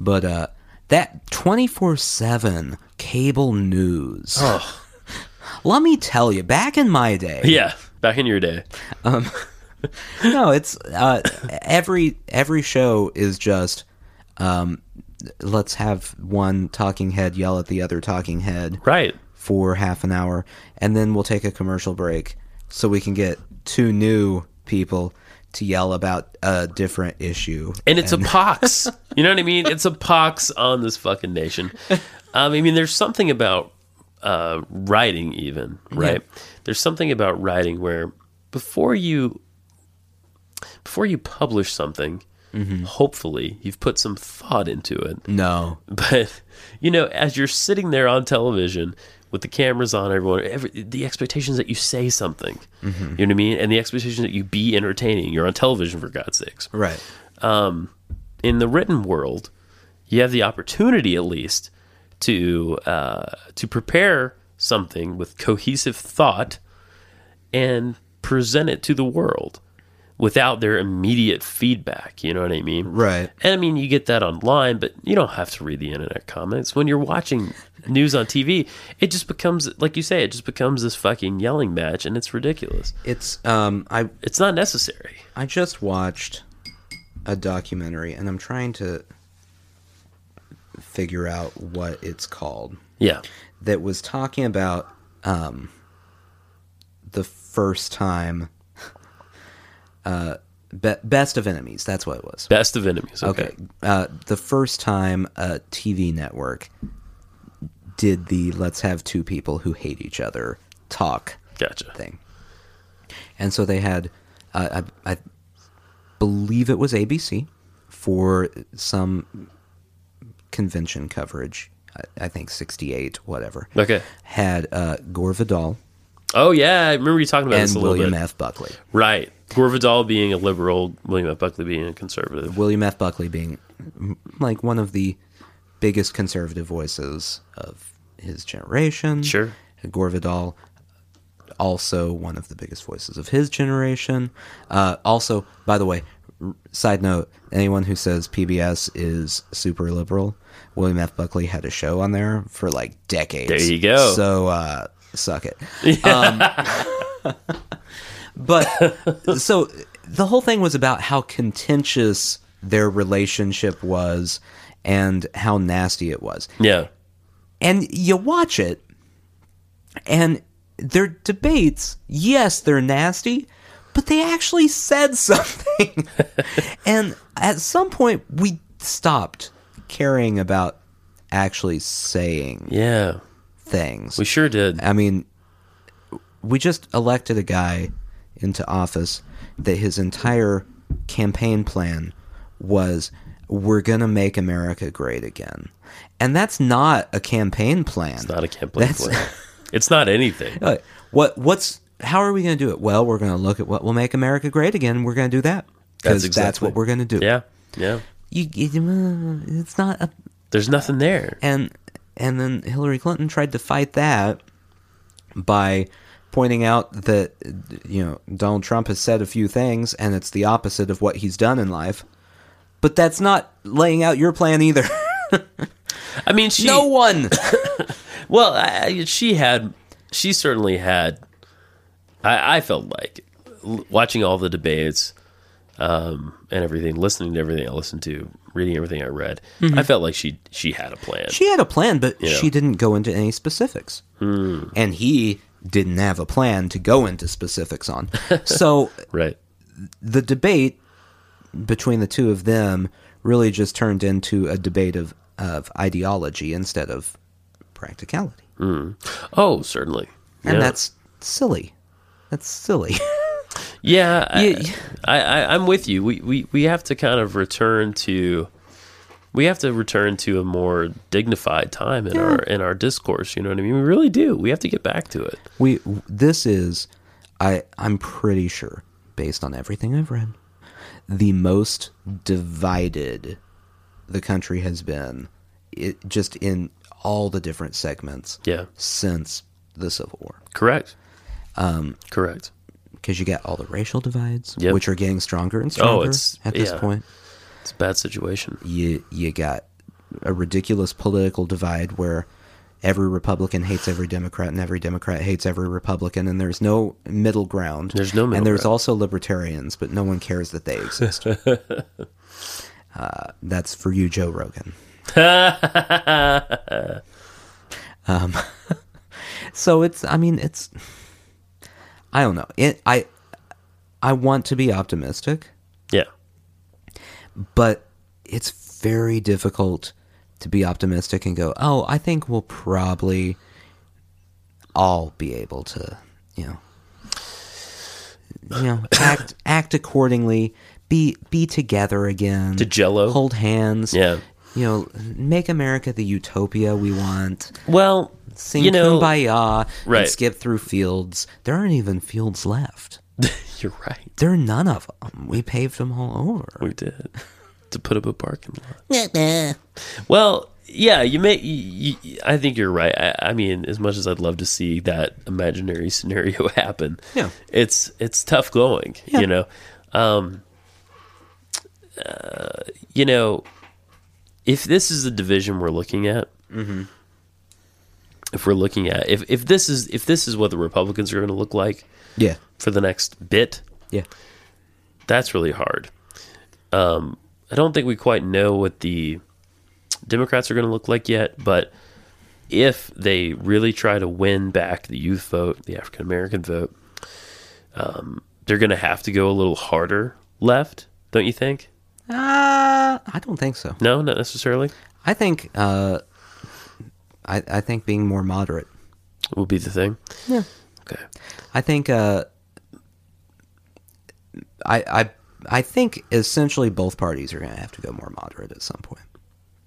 But uh that 24/7 cable news.
Oh.
*laughs* Let me tell you, back in my day,
Yeah, back in your day.
no, it's uh, every every show is just um, let's have one talking head yell at the other talking head
Right.
for half an hour, and then we'll take a commercial break so we can get two new people to yell about a different issue.
And it's a pox. you know what I mean? It's a pox on this fucking nation. Um, I mean, there's something about uh, writing, even, right? There's something about writing where before you before you publish something, hopefully you've put some thought into it.
no,
but you know as you're sitting there on television with the cameras on everyone every, the expectations that you say something you know what i mean and the expectation that you be entertaining you're on television for god's sakes
right?
in the written world you have the opportunity at least to uh, to prepare something with cohesive thought and present it to the world without their immediate feedback you know what i mean
Right.
and I mean, you get that online, but you don't have to read the internet comments. When you're watching news on TV, it just becomes, like you say, it just becomes this fucking yelling match, and it's ridiculous.
It's um, I
It's not necessary.
I just watched a documentary, and I'm trying to figure out what it's called.
Yeah.
that was talking about um, the first time uh, be- best of enemies that's what it was
Best of enemies. Okay.
okay uh, the first time a tv network did the let's have two people who hate each other talk
Gotcha.
thing and so they had uh, I, I believe it was abc for some convention coverage i, I think 68 whatever
Okay.
had uh, Gore Vidal
Oh, yeah. I remember you talking about
and
this a little
William
bit.
F. Buckley.
Right. Gore Vidal being a liberal, William F. Buckley being a conservative.
William F. Buckley being mm, like one of the biggest conservative voices of his generation.
Sure.
Gore Vidal, also one of the biggest voices of his generation. Uh, also, by the way, r- side note anyone who says PBS is super liberal, William F. Buckley had a show on there for like decades.
There you go.
So, uh, suck it. Um, *laughs* but so the whole thing was about how contentious their relationship was and how nasty it was
Yeah.
and you watch it and their debates yes they're nasty but they actually said *laughs* something and at some point we stopped caring about actually saying
Yeah.
things
We sure did.
i mean we just elected a guy into office that his entire campaign plan was we're going to make america great again and that's not a campaign plan
It's not a campaign
That's- *laughs*
plan. It's not anything.
Uh, what what's how are we going to do it? Well, we're going to look at what will make America great again. and We're going to do that because
That's
that's,
exactly-
what we're going to do.
Yeah. Yeah.
You- you- it's not a,
There's nothing there.
and and then Hillary Clinton tried to fight that by pointing out that you know Donald Trump has said a few things and it's the opposite of what he's done in life. But that's not laying out your plan either. *laughs*
I mean, she.
no one.
Well, I, I- she had, she certainly had. I, I felt like l- watching all the debates um, and everything, listening to everything I listened to, reading everything I read. I felt like she she had a plan.
Mm-hmm. She had a plan, but
Yeah. Hmm.
she didn't go into any specifics. And he didn't have a plan to go into
*laughs*
specifics on. so
right?
the debate between the two of them really just turned into a debate of, of ideology instead of practicality.
Oh, certainly.
And
yeah.
that's silly. That's silly.
yeah. I,
Yeah, *laughs* yeah.
I, I, I'm with you. We, we we have to kind of return to we have to return to a more dignified time in our in our discourse. You know what I mean? We really do. We have to get back to it.
we this is I I'm pretty sure based on everything I've read the most divided the country has been it, just in all the different segments
Yeah.
since the Civil War.
Correct. Um, Correct.
because you got all the racial divides,
Yep. Oh,
which are getting stronger and stronger
it's-
at this
yeah.
point.
It's a bad situation. *laughs*
You you got a ridiculous political divide where every Republican hates every Democrat and every Democrat hates every Republican, and there's no middle ground.
There's no middle
and there's
ground.
also libertarians, but no one cares that they
*laughs*
exist. uh, that's for you, Joe Rogan. um, so it's I mean it's I don't know it, I I want to be optimistic
Yeah.
but it's very difficult to be optimistic and go, "Oh, I think we'll probably all be able to, you know,
*coughs*
you know, act act accordingly, be be together again,
To Jell-O?
hold hands,
Yeah.
you know, make America the utopia we want."
Well,
Sing
you know,
kumbaya, and
right.
skip through fields. There aren't even fields left.
you're right.
There are none of them. We paved them all over.
We did to put up a parking lot. well, yeah, you may. You, you- I think you're right. I, I mean, as much as I'd love to see that imaginary *laughs* scenario happen,
Yeah.
it's it's tough going.
Yeah.
You know, um, uh, you know, if this is the division we're looking at.
Mm-hmm.
If we're looking at if, if this is if this is what the Republicans are going to look like
Yeah,
for the next bit,
yeah.
that's really hard. Um, I don't think we quite know what the Democrats are going to look like yet, but if they really try to win back the youth vote, the African American vote, um, they're going to have to go a little harder left, don't you think?
Uh, I don't think so.
No, not necessarily.
I think uh, I, I think being more moderate.
Would be the thing.
Yeah.
Okay.
I think uh, I I I think essentially both parties are going to have to go more moderate at some point.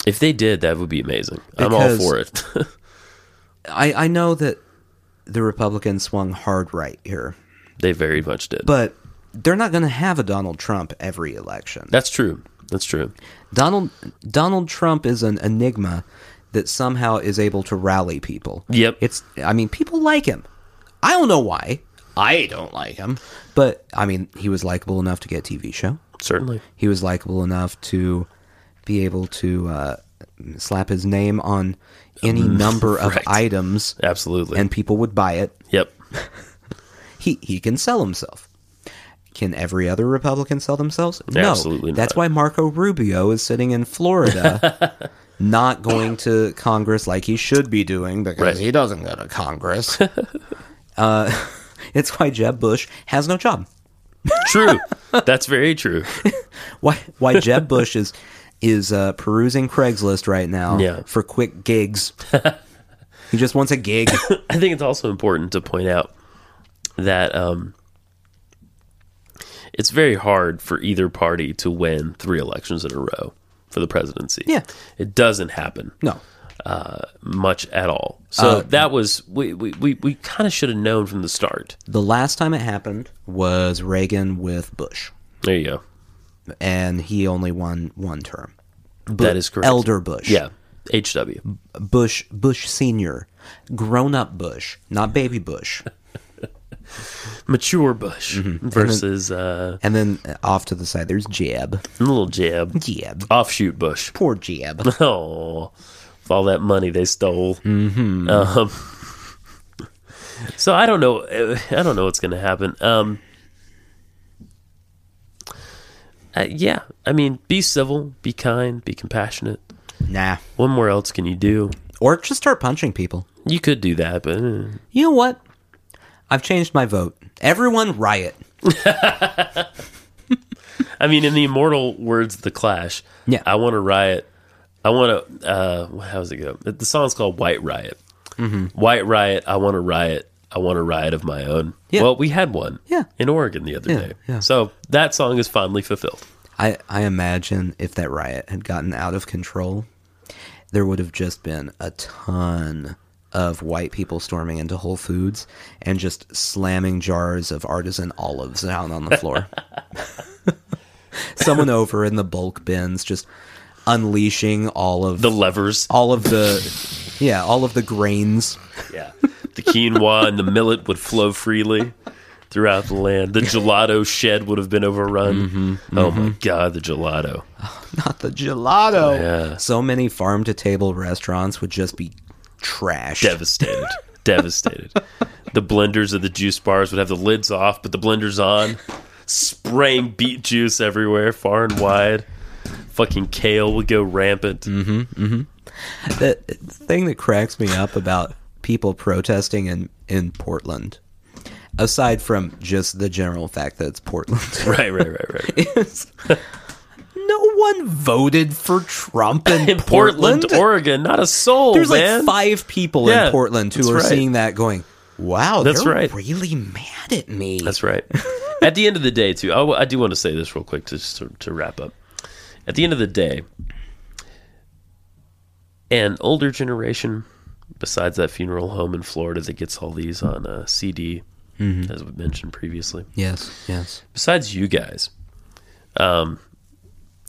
If they did, that would be amazing. I'm all
Because-
for it. *laughs*
I I know that the Republicans swung hard right here,
they very much did.
but they're not going to have a Donald Trump every election.
that's true. That's true.
Donald Donald Trump is an enigma that somehow is able to rally people.
Yep.
It's I mean people like him. I don't know why. I don't like him, but I mean he was likable enough to get a TV show.
Certainly.
He was likable enough to be able to uh, slap his name on any number *laughs* of
right.
items
Absolutely.
and people would buy it.
yep.
He he can sell himself. Can every other Republican sell themselves? No.
Absolutely not.
That's why Marco Rubio is sitting in Florida,
*laughs*
not going to Congress like he should be doing because
Right.
he doesn't go to Congress. *laughs* uh, *laughs* it's why Jeb Bush has no job.
True. that's very true.
Why why Jeb Bush is is uh, perusing Craigslist right now
Yeah.
for
*laughs*
quick gigs. he just wants a gig.
I think it's also important to point out that um, it's very hard for either party to win three elections in a row for the presidency.
Yeah.
It doesn't happen
No.
much at all. So
Uh,
that was, we, we, we, we kind of should have known from the start.
The last time it happened was Reagan with Bush.
There you go.
and he only won one term.
that is correct.
Elder Bush.
Yeah. HW.
Bush Bush senior. Grown up Bush, not baby
*laughs*
Bush.
Mature Bush
Mm-hmm.
versus uh,
And then off to the side there's Jeb.
little
*laughs*
Jeb.
Jeb.
Offshoot Bush. *laughs*
Poor Jeb.
Oh, with all that money they stole. Mm-hmm. Um, so I don't know. I don't know what's going to happen. Um, uh, yeah, I mean, be civil, be kind, be compassionate.
nah.
What more else can you do?
Or just start punching people.
You could do that, but eh,
You know what? I've changed my vote. Everyone riot.
I mean, in the immortal words of the Clash,
Yeah.
I want to riot. I want to. Uh, how does it go? The the song's called White Riot.
Mm-hmm.
White riot. I want a riot. I want a riot of my own.
Yeah.
Well, we had one.
Yeah.
In Oregon the other
Yeah,
day.
yeah.
So that song is finally fulfilled.
I, I imagine if that riot had gotten out of control, there would have just been a ton of white people storming into Whole Foods and just slamming jars of artisan olives down on
*laughs*
the floor. Someone over in the bulk bins just unleashing all of
The levers.
all of the yeah, all of the grains.
Yeah. The quinoa and the millet would flow freely throughout the land. The gelato shed would have been overrun.
Mm-hmm.
Oh my God, the gelato.
Not the gelato.
Yeah.
So many farm to table restaurants would just be trashed.
Devastated. Devastated. The blenders of the juice bars would have the lids off, but the blenders on, spraying beet juice everywhere, far and wide. Fucking kale would go rampant.
Mm-hmm. the thing that cracks me up about people protesting in, in Portland, aside from just the general fact that it's Portland, *laughs*
Right, right, right, right.
is no one voted for Trump
*laughs*
in,
in Portland, Oregon. Not a soul,
There's
man.
like five people
Yeah,
in Portland who
that's
are
right.
seeing that going, wow,
That's
they're
right.
really mad at me.
That's right. At the end of the day, too, I, w- I do want to say this real quick to, to to wrap up. At the end of the day, an older generation, besides that funeral home in Florida that gets all these on uh, CD, as we mentioned previously,
Yes, yes.
besides you guys,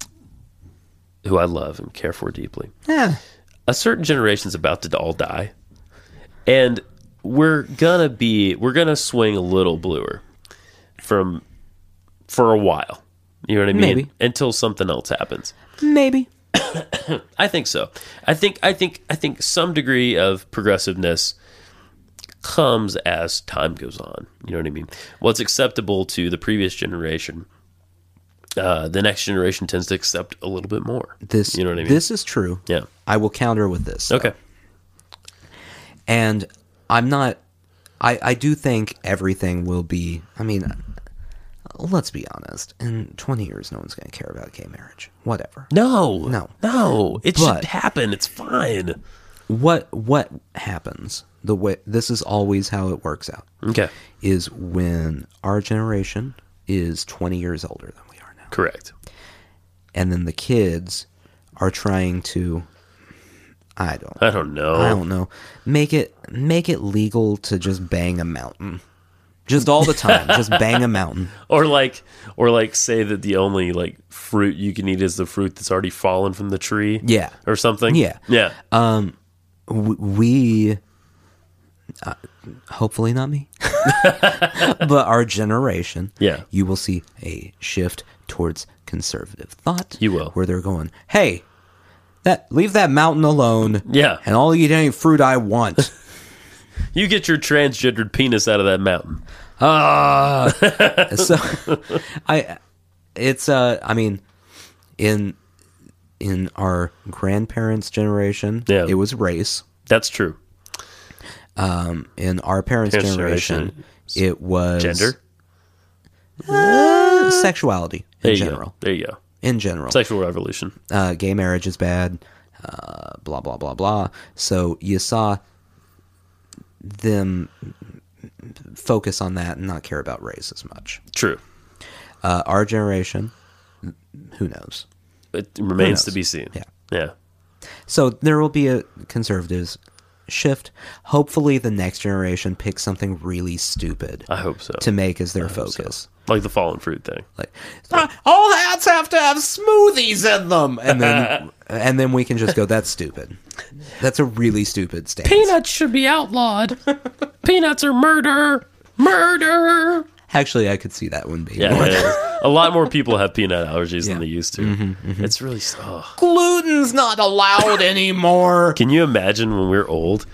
um, who I love and care for deeply,
Yeah.
a certain generation's about to all die, and we're gonna be we're gonna swing a little bluer from for a while. You know what I mean?
Maybe.
Until something else happens.
Maybe.
*coughs* I think so. I think I think I think some degree of progressiveness comes as time goes on. You know what I mean? What's acceptable to the previous generation, uh, the next generation tends to accept a little bit more.
This,
you know what I mean?
This is true.
yeah.
I will counter with this. though.
Okay.
and I'm not. I I do think everything will be. I mean, let's be honest. In 20 years, no one's going to care about gay marriage. Whatever.
No,
No.
no. It
But-
should happen. It's fine.
What what happens? The way this is always how it works out
Okay,
is when our generation is 20 years older than we are now,
correct.
and then the kids are trying to. I don't.
I don't know.
I don't know. Make it make it legal to just bang a mountain. Just all the time. just bang a mountain.
Or like, or like, say that the only like fruit you can eat is the fruit that's already fallen from the tree.
Yeah.
or something.
Yeah.
yeah.
W- We uh, hopefully not me. *laughs* but our generation,
Yeah.
you will see a shift towards conservative thought.
You will.
Where they're going, "Hey, that leave that mountain alone."
Yeah.
And I'll eat any fruit I want. *laughs*
you get your transgendered penis out of that mountain.
so i it's uh i mean in in our grandparents generation
Yeah.
it was race
That's true.
in our parents,
Parents'
generation, it was
Gender.
Uh, sexuality in
There you
general
go. There you go.
in general
Sexual revolution.
uh, gay marriage is bad uh, blah blah blah blah so you saw them focus on that and not care about race as much
True.
uh, our generation who knows
It remains
knows?
to be seen.
Yeah.
Yeah.
So there will be a conservatives shift. Hopefully, the next generation picks something really stupid
I hope so.
to make as their focus.
Like the fallen fruit thing.
Like "Ah, all hats have to have smoothies in them, and
*laughs*
then and then we can just go. That's stupid. That's a really stupid stance.
Peanuts should be
*laughs*
outlawed. Peanuts are murder. Murder.
Actually, I could see that one being
Yeah.
one.
yeah. a lot more people have peanut allergies than they used to.
Mm-hmm,
It's really. Oh.
Gluten's not allowed anymore.
Can you imagine when we're old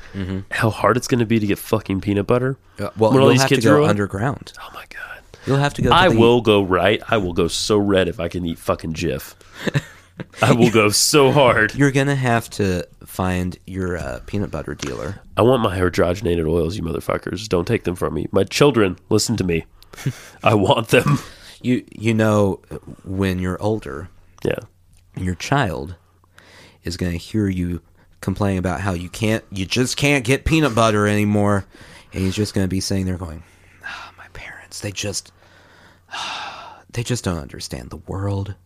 how hard it's going to be to get fucking peanut butter?
Mm-hmm. Uh, Well,
When all
you'll
these
have to
kids
go
grow up?
underground.
Oh my god.
You'll have to go. To
I
the-
will go right. I will go so red if I can eat fucking
*laughs*
Jif. I will go so hard.
You're gonna have to find your uh, peanut butter dealer.
I want my hydrogenated oils, you motherfuckers. Don't take them from me. My children, listen to
*laughs*
me. I want them.
You you know when you're older,
Yeah.
your child is going to hear you complaining about how you can't, you just can't get peanut butter anymore, and he's just going to be sitting there going, "Ah, "My parents, they just, *sighs* they just don't understand the world.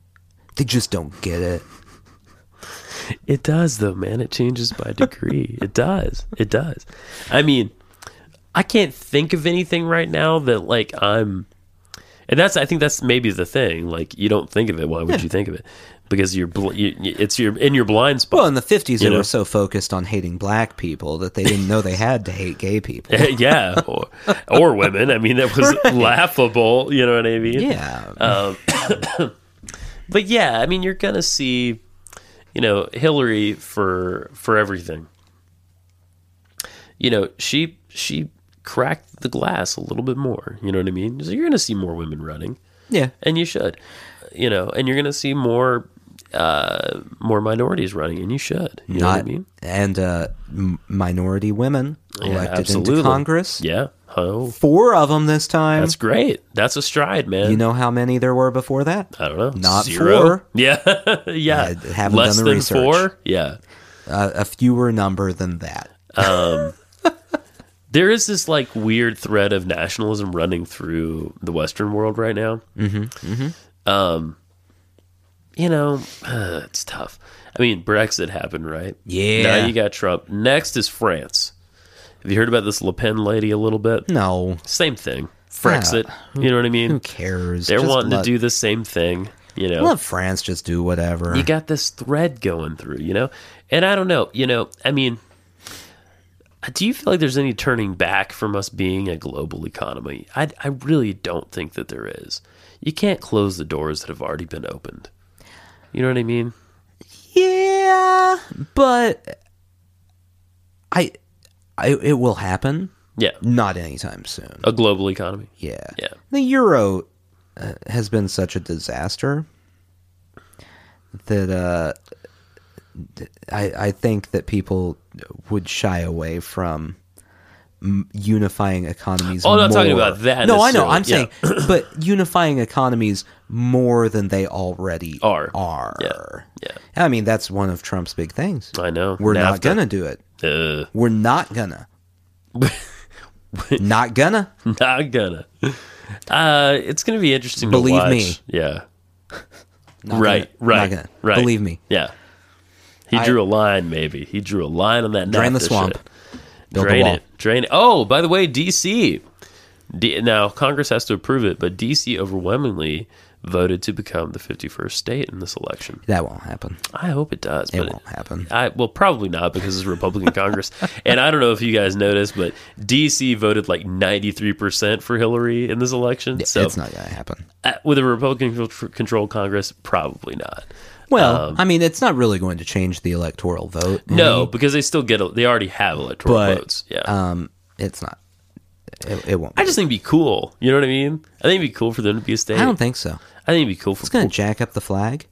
They just don't get it."
It does though, man. It changes by degree. it does. It does. I mean, I can't think of anything right now that like I'm and that's I think that's maybe the thing. Like you don't think of it. Why would you think of it? Because you're bl- you, you- it's your in your blind spot.
Well, in the fifties,
You
they
know?
were so focused on hating black people that they didn't know they had to hate gay
*laughs*
people.
yeah, or, or women. I mean, that was laughable. You know what I mean?
Yeah,
But yeah, I mean, you're gonna see, you know, Hillary for for everything. You know, she she cracked the glass a little bit more. You know what I mean? So you're gonna see more women running,
yeah.
and you should. You know, and you're gonna see more uh more minorities running, and you should. You know what I
Not
mean?
and uh, m- minority women
Yeah,
elected into Congress.
Yeah. Oh,
Four of them this time.
that's great. That's a stride, man.
You know how many there were before that?
I don't know.
Not
Zero?
four.
*laughs* Yeah. yeah.
I haven't
Less
done the
than
research.
four. Yeah.
A, a fewer number than that.
There is this like weird thread of nationalism running through the Western world right now. Mm-hmm. Mm-hmm. Um, you know, *sighs* uh, it's tough. I mean, Brexit happened, right?
Yeah.
Now you got Trump. Next is France. Have you heard about this Le Pen lady a little bit?
No,
Same thing. Brexit. You know what I mean?
who cares?
They're
Just
wanting
let-
to do the same thing. You know,
Let France just do whatever.
you got this thread going through, you know? And I don't know, you know, I mean, do you feel like there's any turning back from us being a global economy? I, I really don't think that there is. You can't close the doors that have already been opened. You know what I mean?
yeah, but I, I, it will happen.
Yeah.
Not anytime soon.
A global economy.
Yeah.
Yeah.
The euro uh, has been such a disaster that uh, th- I, I think that people would shy away from m- unifying economies.
Oh, I'm not
more.
talking about that
No, I know. I'm
necessarily.
saying,
*clears throat*
but unifying economies more than they already
Are.
Are.
Yeah.
I mean, that's one of Trump's big things.
I know.
We're not
NAFTA.
gonna do it.
Uh, *laughs*
We're not gonna. not gonna.
not gonna. Uh, it's gonna be interesting
Believe
to watch.
me.
Yeah.
Not
right.
gonna-
right.
Not gonna.
Right.
Believe me.
Yeah. He
I-
drew a line, maybe. He drew a line on that.
Drain the
NAFTA
swamp.
shit.
Build
drain
the wall.
it. Drain it. Oh, by the way, DC. D- now, Congress has to approve it, but DC overwhelmingly voted to become the 51st state in this election.
That won't happen.
I hope it does.
It
but
won't happen.
I, well, probably not because it's
*laughs*
Republican Congress. And I don't know if you guys noticed, but DC voted like 93% for Hillary in this election. so,
it's not going to happen.
uh, with a Republican controlled Congress, probably not.
Well, Um, I mean, it's not really going to change the electoral vote.
No,
any,
because they still get, a, they already have electoral
Mm-hmm. But,
votes. Yeah.
um, it's not. It, it won't.
I just think it'd be cool. You know what I mean? I think it'd be cool for them to be a state.
I don't think so.
I think it'd be cool for
It's going
cool.
to jack up the flag.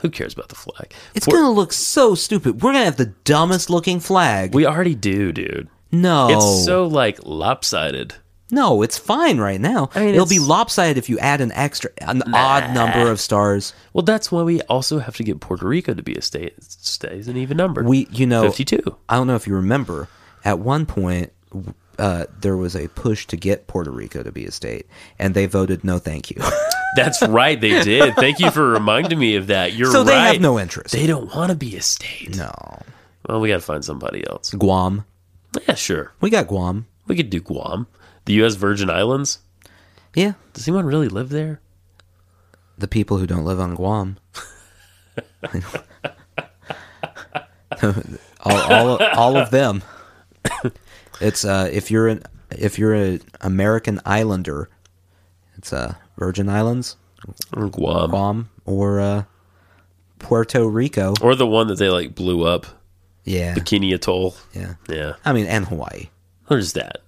Who cares about the flag?
It's
For-
going to look so stupid. We're going to have the dumbest looking flag.
we already do, dude.
no,
It's so like lopsided.
no, it's fine right now.
I mean,
It'll
it's-
be lopsided if you add an extra, an odd number of stars.
Well, that's why we also have to get Puerto Rico to be a state. Stays an even number.
We, you know,
fifty-two.
I don't know if you remember, at one point, w- uh, there was a push to get Puerto Rico to be a state, and they voted no,
*laughs*
thank you.
That's right. They did. Thank you for reminding me of that. You're
so they
right.
have no interest.
They don't want to be a state.
no,
Well, we got to find somebody else.
Guam.
Yeah, sure.
We got Guam.
We could do Guam, the U.S. Virgin Islands.
Yeah,
Does anyone really live there?
the people who don't live on Guam. *laughs* all, all, all of them. *coughs* It's uh, if you're an if you're an American islander, it's uh, Virgin Islands,
Or Guam,
Guam, or uh, Puerto Rico.
or the one that they like blew up,
Yeah,
Bikini Atoll.
yeah.
Yeah,
I mean, and Hawaii.
there's that.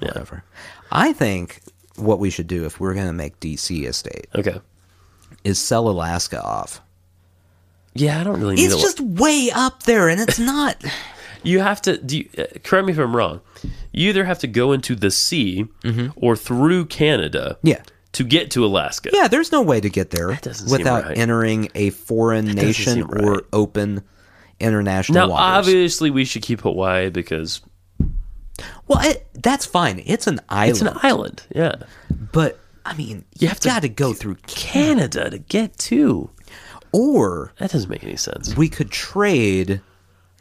whatever. I think what we should do if we're going to make DC a state
Okay.
is sell Alaska off.
Yeah, I don't really need.
It's
a-
just way up there, and it's not.
you have to. Do you, uh, correct me if I'm wrong. You either have to go into the sea or through Canada.
*laughs* Mm-hmm. yeah,
To get to Alaska.
yeah. There's no way to get there
doesn't seem
without
right.
entering a foreign
doesn't
nation
seem right.
or open.
Now,
international waters.
obviously, we should keep Hawaii because
well, it, that's fine. It's an island.
it's an island. Yeah,
But I mean, you have
have to-
got to go through Canada,
Canada to get to.
or
That doesn't make any sense.
we could trade.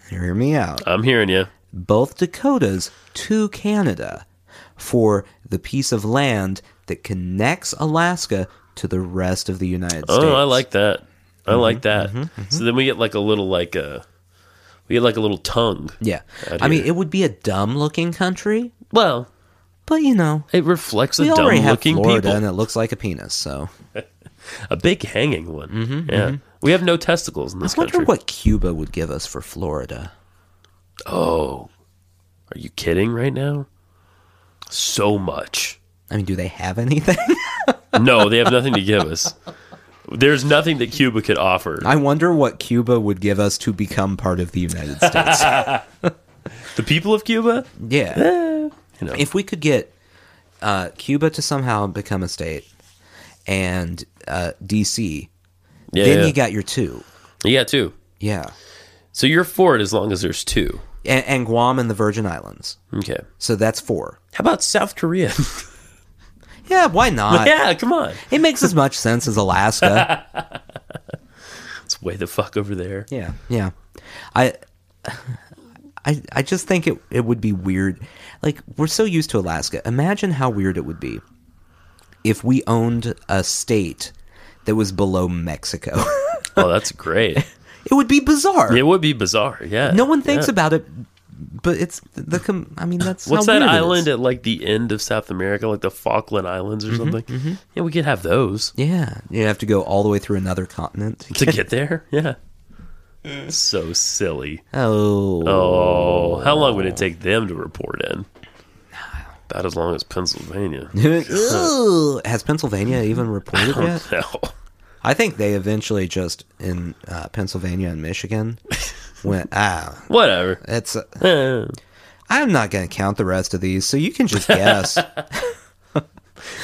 Hear me out.
I'm hearing you.
both Dakotas to Canada for the piece of land that connects Alaska to the rest of the United States. Mm-hmm,
Oh, I like that. I like that. So then we get like a little like a we get like a little tongue.
Yeah.
Out
I mean,
here.
it would be a dumb looking country,
Well,
but you know,
it reflects
we
a dumb
already have
looking
Florida
people.
and it looks like a penis. So
A big hanging one. yeah. We have no testicles in
Mm-hmm, I
this
wonder
country.
what Cuba would give us for Florida.
Oh. Are you kidding right now? So much.
I mean, do they have anything? *laughs*
No, they have nothing to give us. There's nothing that Cuba could offer.
I wonder what Cuba would give us to become part of the United States.
*laughs* The people of Cuba? Eh,
yeah.
You know.
if we could get uh, Cuba to somehow become a state and uh, DC,
yeah,
then
yeah.
you got your two.
yeah, two.
Yeah.
So you're for it as long as there's two.
And, and Guam and the Virgin Islands.
Okay.
So that's four.
How about South
*laughs*
Korea? *laughs*
Yeah, why not?
yeah, come on.
It makes as much sense
*laughs*
as Alaska.
It's way the fuck over there.
yeah. Yeah. I. I, I just think it, it would be weird. Like, we're so used to Alaska. Imagine how weird it would be if we owned a state that was below Mexico. *laughs*
Oh, that's great.
it would be bizarre.
It would be bizarre. Yeah.
No one thinks
Yeah.
about it, but it's the. Com- I mean, that's
What's
how
that
weird it
island
is.
at like the end of South America, like the Falkland Islands or
Mm-hmm,
something? Yeah, we could have those
Yeah, you have to go all the way through another continent. to
to
get- *laughs*
get there. Yeah. So silly.
oh,
Oh, how long would it take them to report in? About as long as
*laughs*
Pennsylvania.
Ew. has Pennsylvania even reported yet?
Hell.
I think they eventually just in uh, Pennsylvania and *laughs* Michigan went. Ah,
Whatever.
it's.
Eh.
I'm not going to count the rest of these, so you can just *laughs* guess.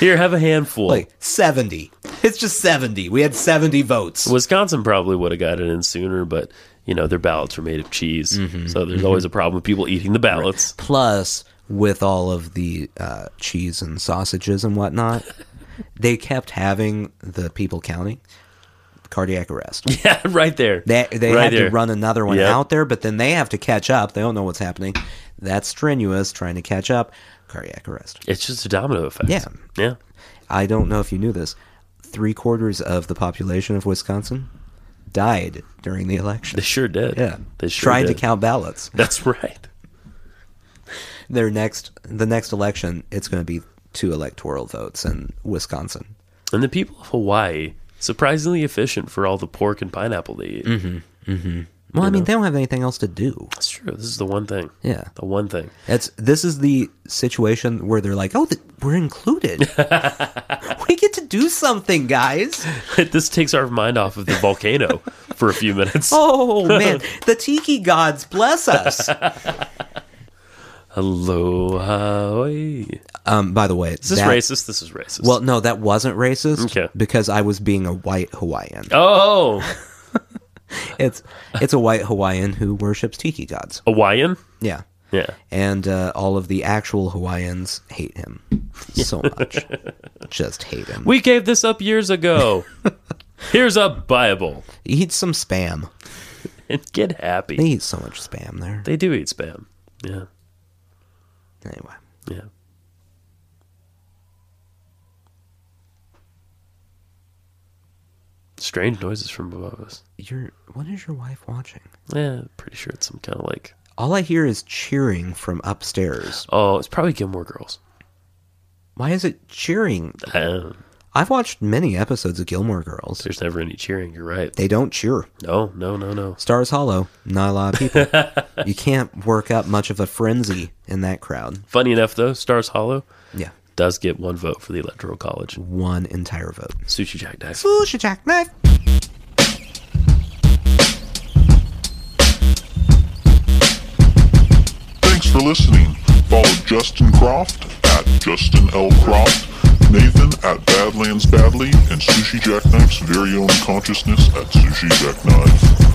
Here, have a handful.
like seventy. It's just seventy. We had seventy votes.
Wisconsin probably would have got it in sooner, but you know their ballots were made of cheese,
Mm-hmm,
so there's always a problem with people eating the ballots.
plus with all of the uh, cheese and sausages
*laughs*
and whatnot they kept having the people counting cardiac
*laughs*
arrest
Yeah, right there.
they, they
right
had
there.
to run another one
Yep.
out there but then they have to catch up they don't know what's happening that's strenuous trying to catch up cardiac arrest
It's just a domino effect.
Yeah.
yeah.
i don't know if you knew this three quarters of the population of wisconsin died during the
*laughs*
election
They sure did.
yeah
they sure
trying
did.
to count ballots
*laughs* That's right.
their next the next election it's going to be two electoral votes in wisconsin
And the people of Hawaii surprisingly efficient for all the pork and pineapple they
Mm.
eat.
Well, I mean, they don't have anything else to do.
That's true. This is the one thing.
Yeah.
the one thing. *laughs*
That's this is the situation where they're like, "Oh, th- we're *laughs* included. we get to do something, guys."
this takes our mind off of the volcano for a few minutes.
*laughs* Oh man, the tiki gods bless *laughs* us.
Aloha. Hawaii.
Um, by the way,
Is this racist? This is racist.
Well, no, that wasn't racist
Okay.
because I was being a white Hawaiian. *laughs*
oh,
It's it's a white Hawaiian who worships tiki gods.
Hawaiian.
Yeah.
Yeah.
And uh, all of the actual Hawaiians hate him so much. Just hate him.
We gave this up years
*laughs*
ago. Here's a Bible.
Eat some spam.
And get happy.
They
They,
eat so much spam there.
do eat spam. Yeah.
Anyway,
Yeah. Strange noises from above us.
your what is your wife watching?
Yeah, pretty sure it's some kind of like.
All I hear is cheering from upstairs.
Oh, it's probably Gilmore Girls. *clears throat*
Why is it cheering?
Uh,
I've watched many episodes of Gilmore Girls.
there's never any cheering. You're right.
They don't cheer.
No, no, no, no.
Stars Hollow, not a lot of people. you can't work up much of a frenzy in that crowd.
Funny enough, though, Stars Hollow
Yeah,
does get one vote for the Electoral College.
one entire vote.
Sushi Jack dies.
Bullshit jackknife.
Thanks for listening. Follow Justin Croft at Justin L. Croft, Nathan at Badlands Badly, and Sushi Jackknife's very own consciousness at Sushi Jackknife.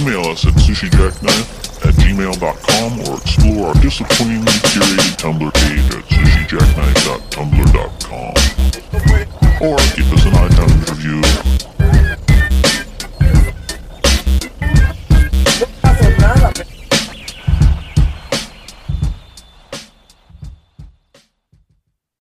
Email us at sushijackknife at gmail.com or explore our disappointingly curated Tumblr page at sushijackknife.tumblr.com. Or give us an iTunes review